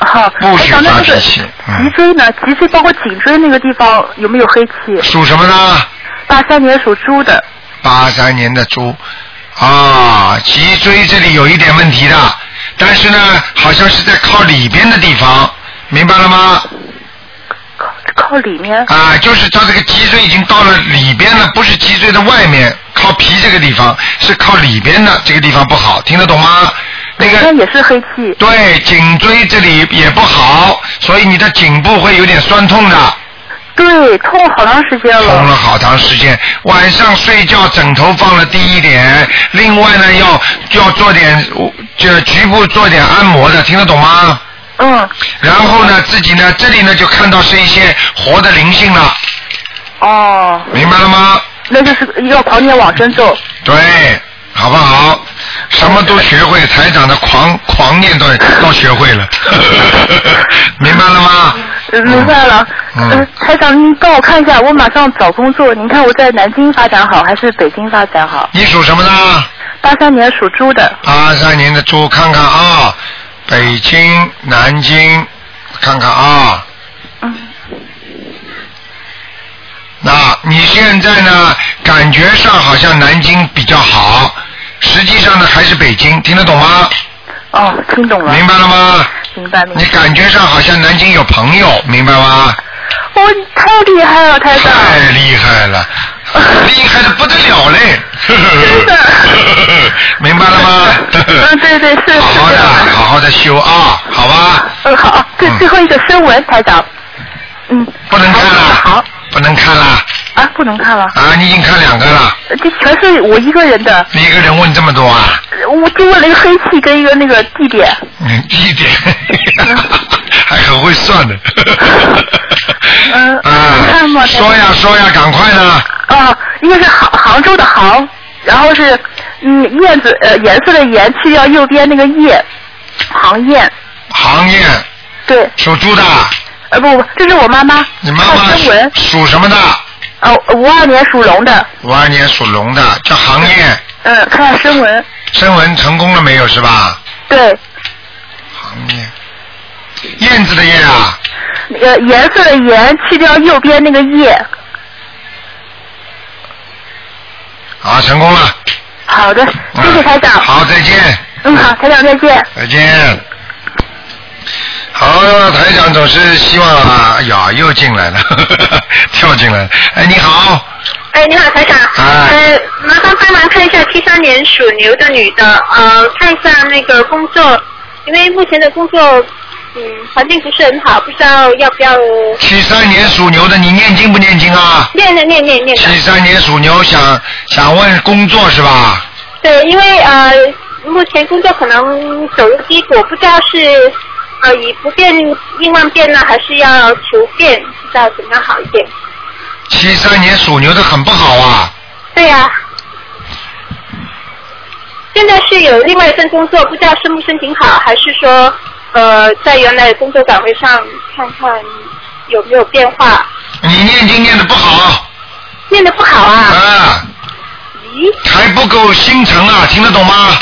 [SPEAKER 6] 好，
[SPEAKER 1] 不许
[SPEAKER 6] 哎长
[SPEAKER 1] 发
[SPEAKER 6] 那
[SPEAKER 1] 脾
[SPEAKER 6] 个
[SPEAKER 1] 气嗯
[SPEAKER 6] 脊椎呢？脊椎包括颈椎那个地方有没有黑气？
[SPEAKER 1] 属什么呢？
[SPEAKER 6] 八三年属猪的。
[SPEAKER 1] 八三年的猪啊，脊椎这里有一点问题的，但是呢，好像是在靠里边的地方，明白了吗？
[SPEAKER 6] 靠里面。
[SPEAKER 1] 啊，就是它这个脊椎已经到了里边了，不是脊椎的外面，靠皮这个地方是靠里边的，这个地方不好，听得懂吗？那个
[SPEAKER 6] 也是黑气。
[SPEAKER 1] 对，颈椎这里也不好，所以你的颈部会有点酸痛的。
[SPEAKER 6] 对，痛好长时间了。
[SPEAKER 1] 痛了好长时间，晚上睡觉枕头放了低一点，另外呢要要做点就局部做点按摩的，听得懂吗？
[SPEAKER 6] 嗯。
[SPEAKER 1] 然后呢，自己呢这里呢就看到是一些活的灵性了，
[SPEAKER 6] 哦。
[SPEAKER 1] 明白了吗？
[SPEAKER 6] 那就是要狂念往生咒。
[SPEAKER 1] 对，好不好？什么都学会，台长的狂狂念都都学会了， 明白了吗？
[SPEAKER 6] 呃明白了。
[SPEAKER 1] 嗯
[SPEAKER 6] 呃，台长，您帮我看一下，我马上找工作，您看我在南京发展好还是北京发展好？
[SPEAKER 1] 你属什么呢？
[SPEAKER 6] 八三年属猪的。
[SPEAKER 1] 八三年的猪，看看啊，北京、南京，看看啊。
[SPEAKER 6] 嗯
[SPEAKER 1] 那你现在呢？感觉上好像南京比较好，实际上呢还是北京，听得懂吗？
[SPEAKER 6] 哦，听懂了。
[SPEAKER 1] 明白了吗？
[SPEAKER 6] 明白明白。
[SPEAKER 1] 你感觉上好像南京有朋友，明白吗？
[SPEAKER 6] 我、哦太厉害了，台长。
[SPEAKER 1] 太厉害 了，厉害的不得了嘞！真的， 明白了吗？
[SPEAKER 6] 嗯，对对是。
[SPEAKER 1] 好好的，好好的修啊，好吧？
[SPEAKER 6] 嗯，好，这最后一个声纹，台长。嗯。
[SPEAKER 1] 不能看了。好。不能看了
[SPEAKER 6] 啊，不能看了。
[SPEAKER 1] 啊！你已经看两个了，
[SPEAKER 6] 呃这全是我一个人的，
[SPEAKER 1] 你一个人问这么多啊？
[SPEAKER 6] 呃我就问了一个黑气跟一个那个地点。
[SPEAKER 1] 嗯， 一点，还很会算的。啊
[SPEAKER 6] 嗯。看吗？
[SPEAKER 1] 说呀说呀，赶快的。
[SPEAKER 6] 啊，一个是杭杭州的杭，然后是嗯燕子呃颜色的颜，去掉右边那个叶，杭燕。
[SPEAKER 1] 行业
[SPEAKER 6] 对。
[SPEAKER 1] 属猪的。
[SPEAKER 6] 呃不不，这是我妈妈。
[SPEAKER 1] 你妈
[SPEAKER 6] 啊
[SPEAKER 1] 妈属属什么的？
[SPEAKER 6] 哦，五二年属龙的。
[SPEAKER 1] 五二年属龙的，叫行业。
[SPEAKER 6] 嗯，看看声纹。
[SPEAKER 1] 声纹成功了没有？是吧？
[SPEAKER 6] 对，
[SPEAKER 1] 行业。燕子的燕啊，
[SPEAKER 6] 那个呃颜色的颜，去掉右边那个叶。
[SPEAKER 1] 啊，成功了。嗯
[SPEAKER 6] 好的，谢谢台长。
[SPEAKER 1] 好，再见。
[SPEAKER 6] 嗯，好，台长再见。
[SPEAKER 1] 再见。好，台长总是希望啊，哎呀，又进来了， 跳进来了。哎，你好，
[SPEAKER 3] 哎，你好，台长。呃，麻烦帮忙看一下七三年属牛的女的，呃，看一下那个工作，因为目前的工作，嗯，环境不是很好，不知道要不要
[SPEAKER 1] 七三年属牛的，你念经不念经啊？
[SPEAKER 3] 念念念念念的。
[SPEAKER 1] 七三年属牛想想问工作是吧？
[SPEAKER 3] 对，因为呃，目前工作可能走入低谷，不知道是呃以不变应万变呢，还是要求变，不知道怎么样好一点。
[SPEAKER 1] 七三年属牛的很不好啊，
[SPEAKER 3] 对呀、现在是有另外一份工作，不知道申不申请好，还是说呃在原来的工作岗位上看看有没有变化？
[SPEAKER 1] 你念经念的不好。
[SPEAKER 3] 念的不好啊。
[SPEAKER 1] 啊。
[SPEAKER 3] 咦？
[SPEAKER 1] 还不够心诚啊，听得懂吗？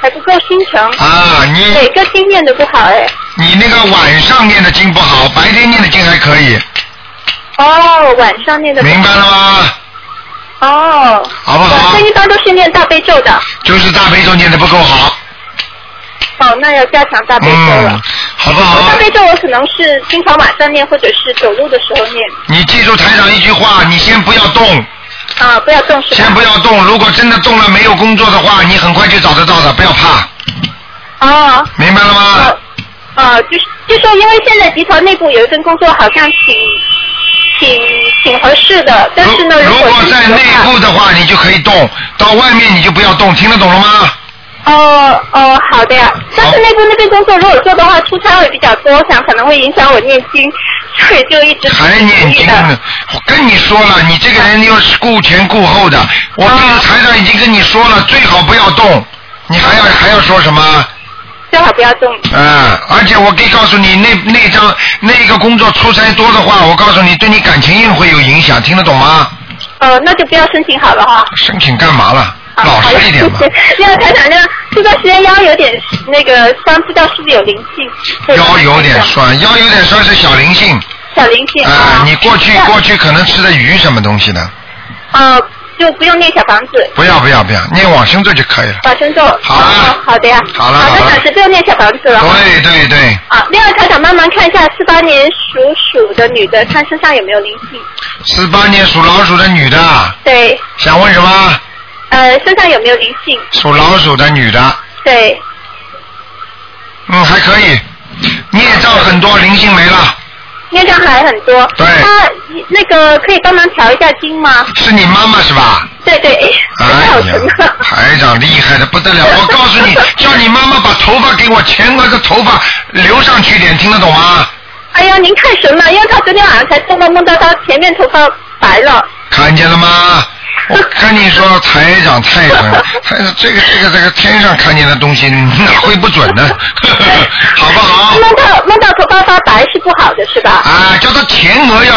[SPEAKER 3] 还不够心诚。
[SPEAKER 1] 啊，你
[SPEAKER 3] 每个经念的不好哎。
[SPEAKER 1] 你那个晚上念的经不好，白天念的经还可以，
[SPEAKER 3] 哦，晚上念的。
[SPEAKER 1] 明白了吗？
[SPEAKER 3] 哦。
[SPEAKER 1] 好不好
[SPEAKER 3] 晚上一般都是念大悲咒的。
[SPEAKER 1] 就是大悲咒念的不够好。
[SPEAKER 3] 哦，那要加强大悲咒了。
[SPEAKER 1] 嗯，好不好？
[SPEAKER 3] 大悲咒我可能是经常晚上念，或者是走路的时候念。
[SPEAKER 1] 你记住台长一句话，你先不要动，
[SPEAKER 3] 啊，不要动是吧？
[SPEAKER 1] 先不要动。如果真的动了没有工作的话，你很快就找得到的，不要怕。
[SPEAKER 3] 哦。
[SPEAKER 1] 明白了吗？
[SPEAKER 3] 呃，就是就说，因为现在集团内部有一份工作，好像挺挺挺合适的，但是呢，如
[SPEAKER 1] 如
[SPEAKER 3] 果
[SPEAKER 1] 果
[SPEAKER 3] 是
[SPEAKER 1] 在内部的话，你就可以动；到外面你就不要动，听得懂了吗？
[SPEAKER 3] 哦哦，好的呀。但是内部那边工作，如果做的话，出差会比较多，我想可能会影响我念经， 所以就一直
[SPEAKER 1] 还念经呢，我跟你说了，你这个人又是顾前顾后的。我
[SPEAKER 3] 啊啊
[SPEAKER 1] 跟台长已经跟你说了，最好不要动，你还要还要说什么？
[SPEAKER 3] 最后好不要动。
[SPEAKER 1] 啊，而且我可以告诉你，那那张那个工作出差多的话，我告诉你，对你感情运会有影响，听得懂吗？
[SPEAKER 3] 呃，那就不要申请好了哈。
[SPEAKER 1] 申请干嘛了？老
[SPEAKER 3] 啊好的
[SPEAKER 1] 实一点吧。，
[SPEAKER 3] 要台长那这段时间腰有点那个酸，不知道是不是有灵性？
[SPEAKER 1] 腰有点酸，腰有点酸是小灵性
[SPEAKER 3] 小灵性
[SPEAKER 1] 啊、你过去
[SPEAKER 3] 那
[SPEAKER 1] 过去可能吃的鱼什么东西的，
[SPEAKER 3] 呃，就不用念小房子，
[SPEAKER 1] 不要不要不要，念往生咒就可以了。
[SPEAKER 3] 把身咒。好啊。好的呀。
[SPEAKER 1] 好了
[SPEAKER 3] 好
[SPEAKER 1] 好
[SPEAKER 3] 的，
[SPEAKER 1] 了
[SPEAKER 3] 暂时不用念小房子了。
[SPEAKER 1] 对对对，
[SPEAKER 3] 啊，另外台长帮忙看一下四八年属鼠的女的，看身上有没有灵性。
[SPEAKER 1] 十八年属老鼠的女的，
[SPEAKER 3] 对，
[SPEAKER 1] 想问什么？
[SPEAKER 3] 呃，身上有没有灵性？
[SPEAKER 1] 属老鼠的女的，
[SPEAKER 3] 对，
[SPEAKER 1] 嗯，还可以，孽障很多，灵性没了，
[SPEAKER 3] 孽障还很多。
[SPEAKER 1] 对
[SPEAKER 3] 她那个可以帮忙调一下经吗？
[SPEAKER 1] 是你妈妈是吧？
[SPEAKER 3] 对对，哎
[SPEAKER 1] 哎呀，台长厉害的不得了！我告诉你，叫你妈妈把头发给我前额的头发留上去一点，听得懂吗？
[SPEAKER 3] 哎呀，您太神了，因为她昨天晚上才做梦，梦到她前面头发白了。
[SPEAKER 1] 看见了吗？我跟你说，台长太准了，台长这个这个这个天上看见的东西哪会不准 呢？
[SPEAKER 3] 梦到梦到头发发白是不好的，是吧？
[SPEAKER 1] 啊，叫他前额要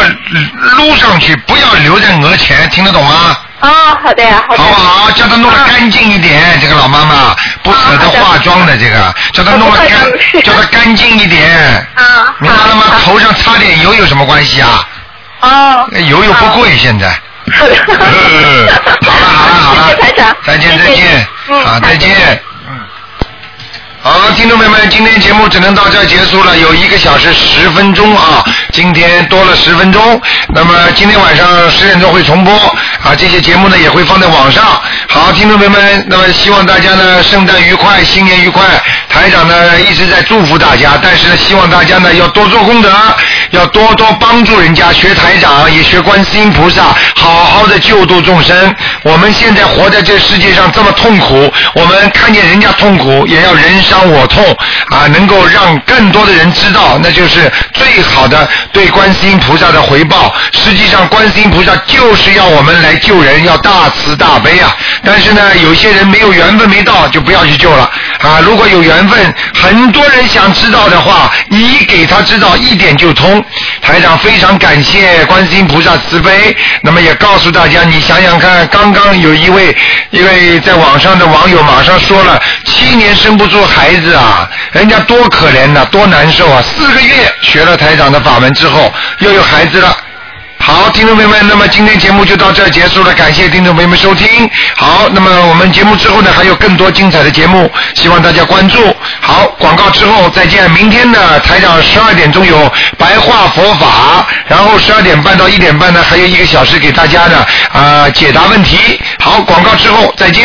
[SPEAKER 1] 撸上去，不要留在额前，听得懂吗？
[SPEAKER 3] 哦，
[SPEAKER 1] 啊
[SPEAKER 3] 啊好的呀，好
[SPEAKER 1] 的。好不好？叫他弄得干净一点，这个老妈妈不舍得化妆的这个，叫他弄得干， 叫他干净一点。
[SPEAKER 3] 啊。
[SPEAKER 1] 明白了吗？头上擦点油有什么关系啊？
[SPEAKER 3] 哦。
[SPEAKER 1] 油又不贵，现在。
[SPEAKER 3] 好
[SPEAKER 1] 了好了好了，
[SPEAKER 3] 台长，
[SPEAKER 1] 再见再见，啊再见，嗯。好，听众朋友们，今天节目只能到这儿结束了，有一个小时十分钟啊，今天多了十分钟。那么今天晚上十点钟会重播啊，这些节目呢也会放在网上。好，听众朋友们，那么希望大家呢圣诞愉快，新年愉快。台长呢一直在祝福大家，但是呢希望大家呢要多做功德，要多多帮助人家，学台长也学观世音菩萨，好好的救度众生。我们现在活在这世界上这么痛苦，我们看见人家痛苦，也要人伤我痛啊，能够让更多的人知道，那就是最好的对观世音菩萨的回报。实际上，观世音菩萨就是要我们来救人，要大慈大悲啊。但是呢，有些人没有缘分没到，就不要去救了啊。如果有缘分，很多人想知道的话，你给他知道一点就通。台长非常感谢观世音菩萨慈悲，那么也告诉大家，你想想看，刚刚有一位一位在网上的网友马上说了，七年生不出孩子啊，人家多可怜呐、多难受啊！四个月学了台长的法门之后，又有孩子了。好，听众朋友们，那么今天节目就到这儿结束了，感谢听众朋友们收听。好，那么我们节目之后呢，还有更多精彩的节目，希望大家关注。好，广告之后再见。明天呢，台长十二点钟有白话佛法，然后十二点半到一呃点半呢，还有一个小时给大家呢啊、解答问题。好，广告之后再见。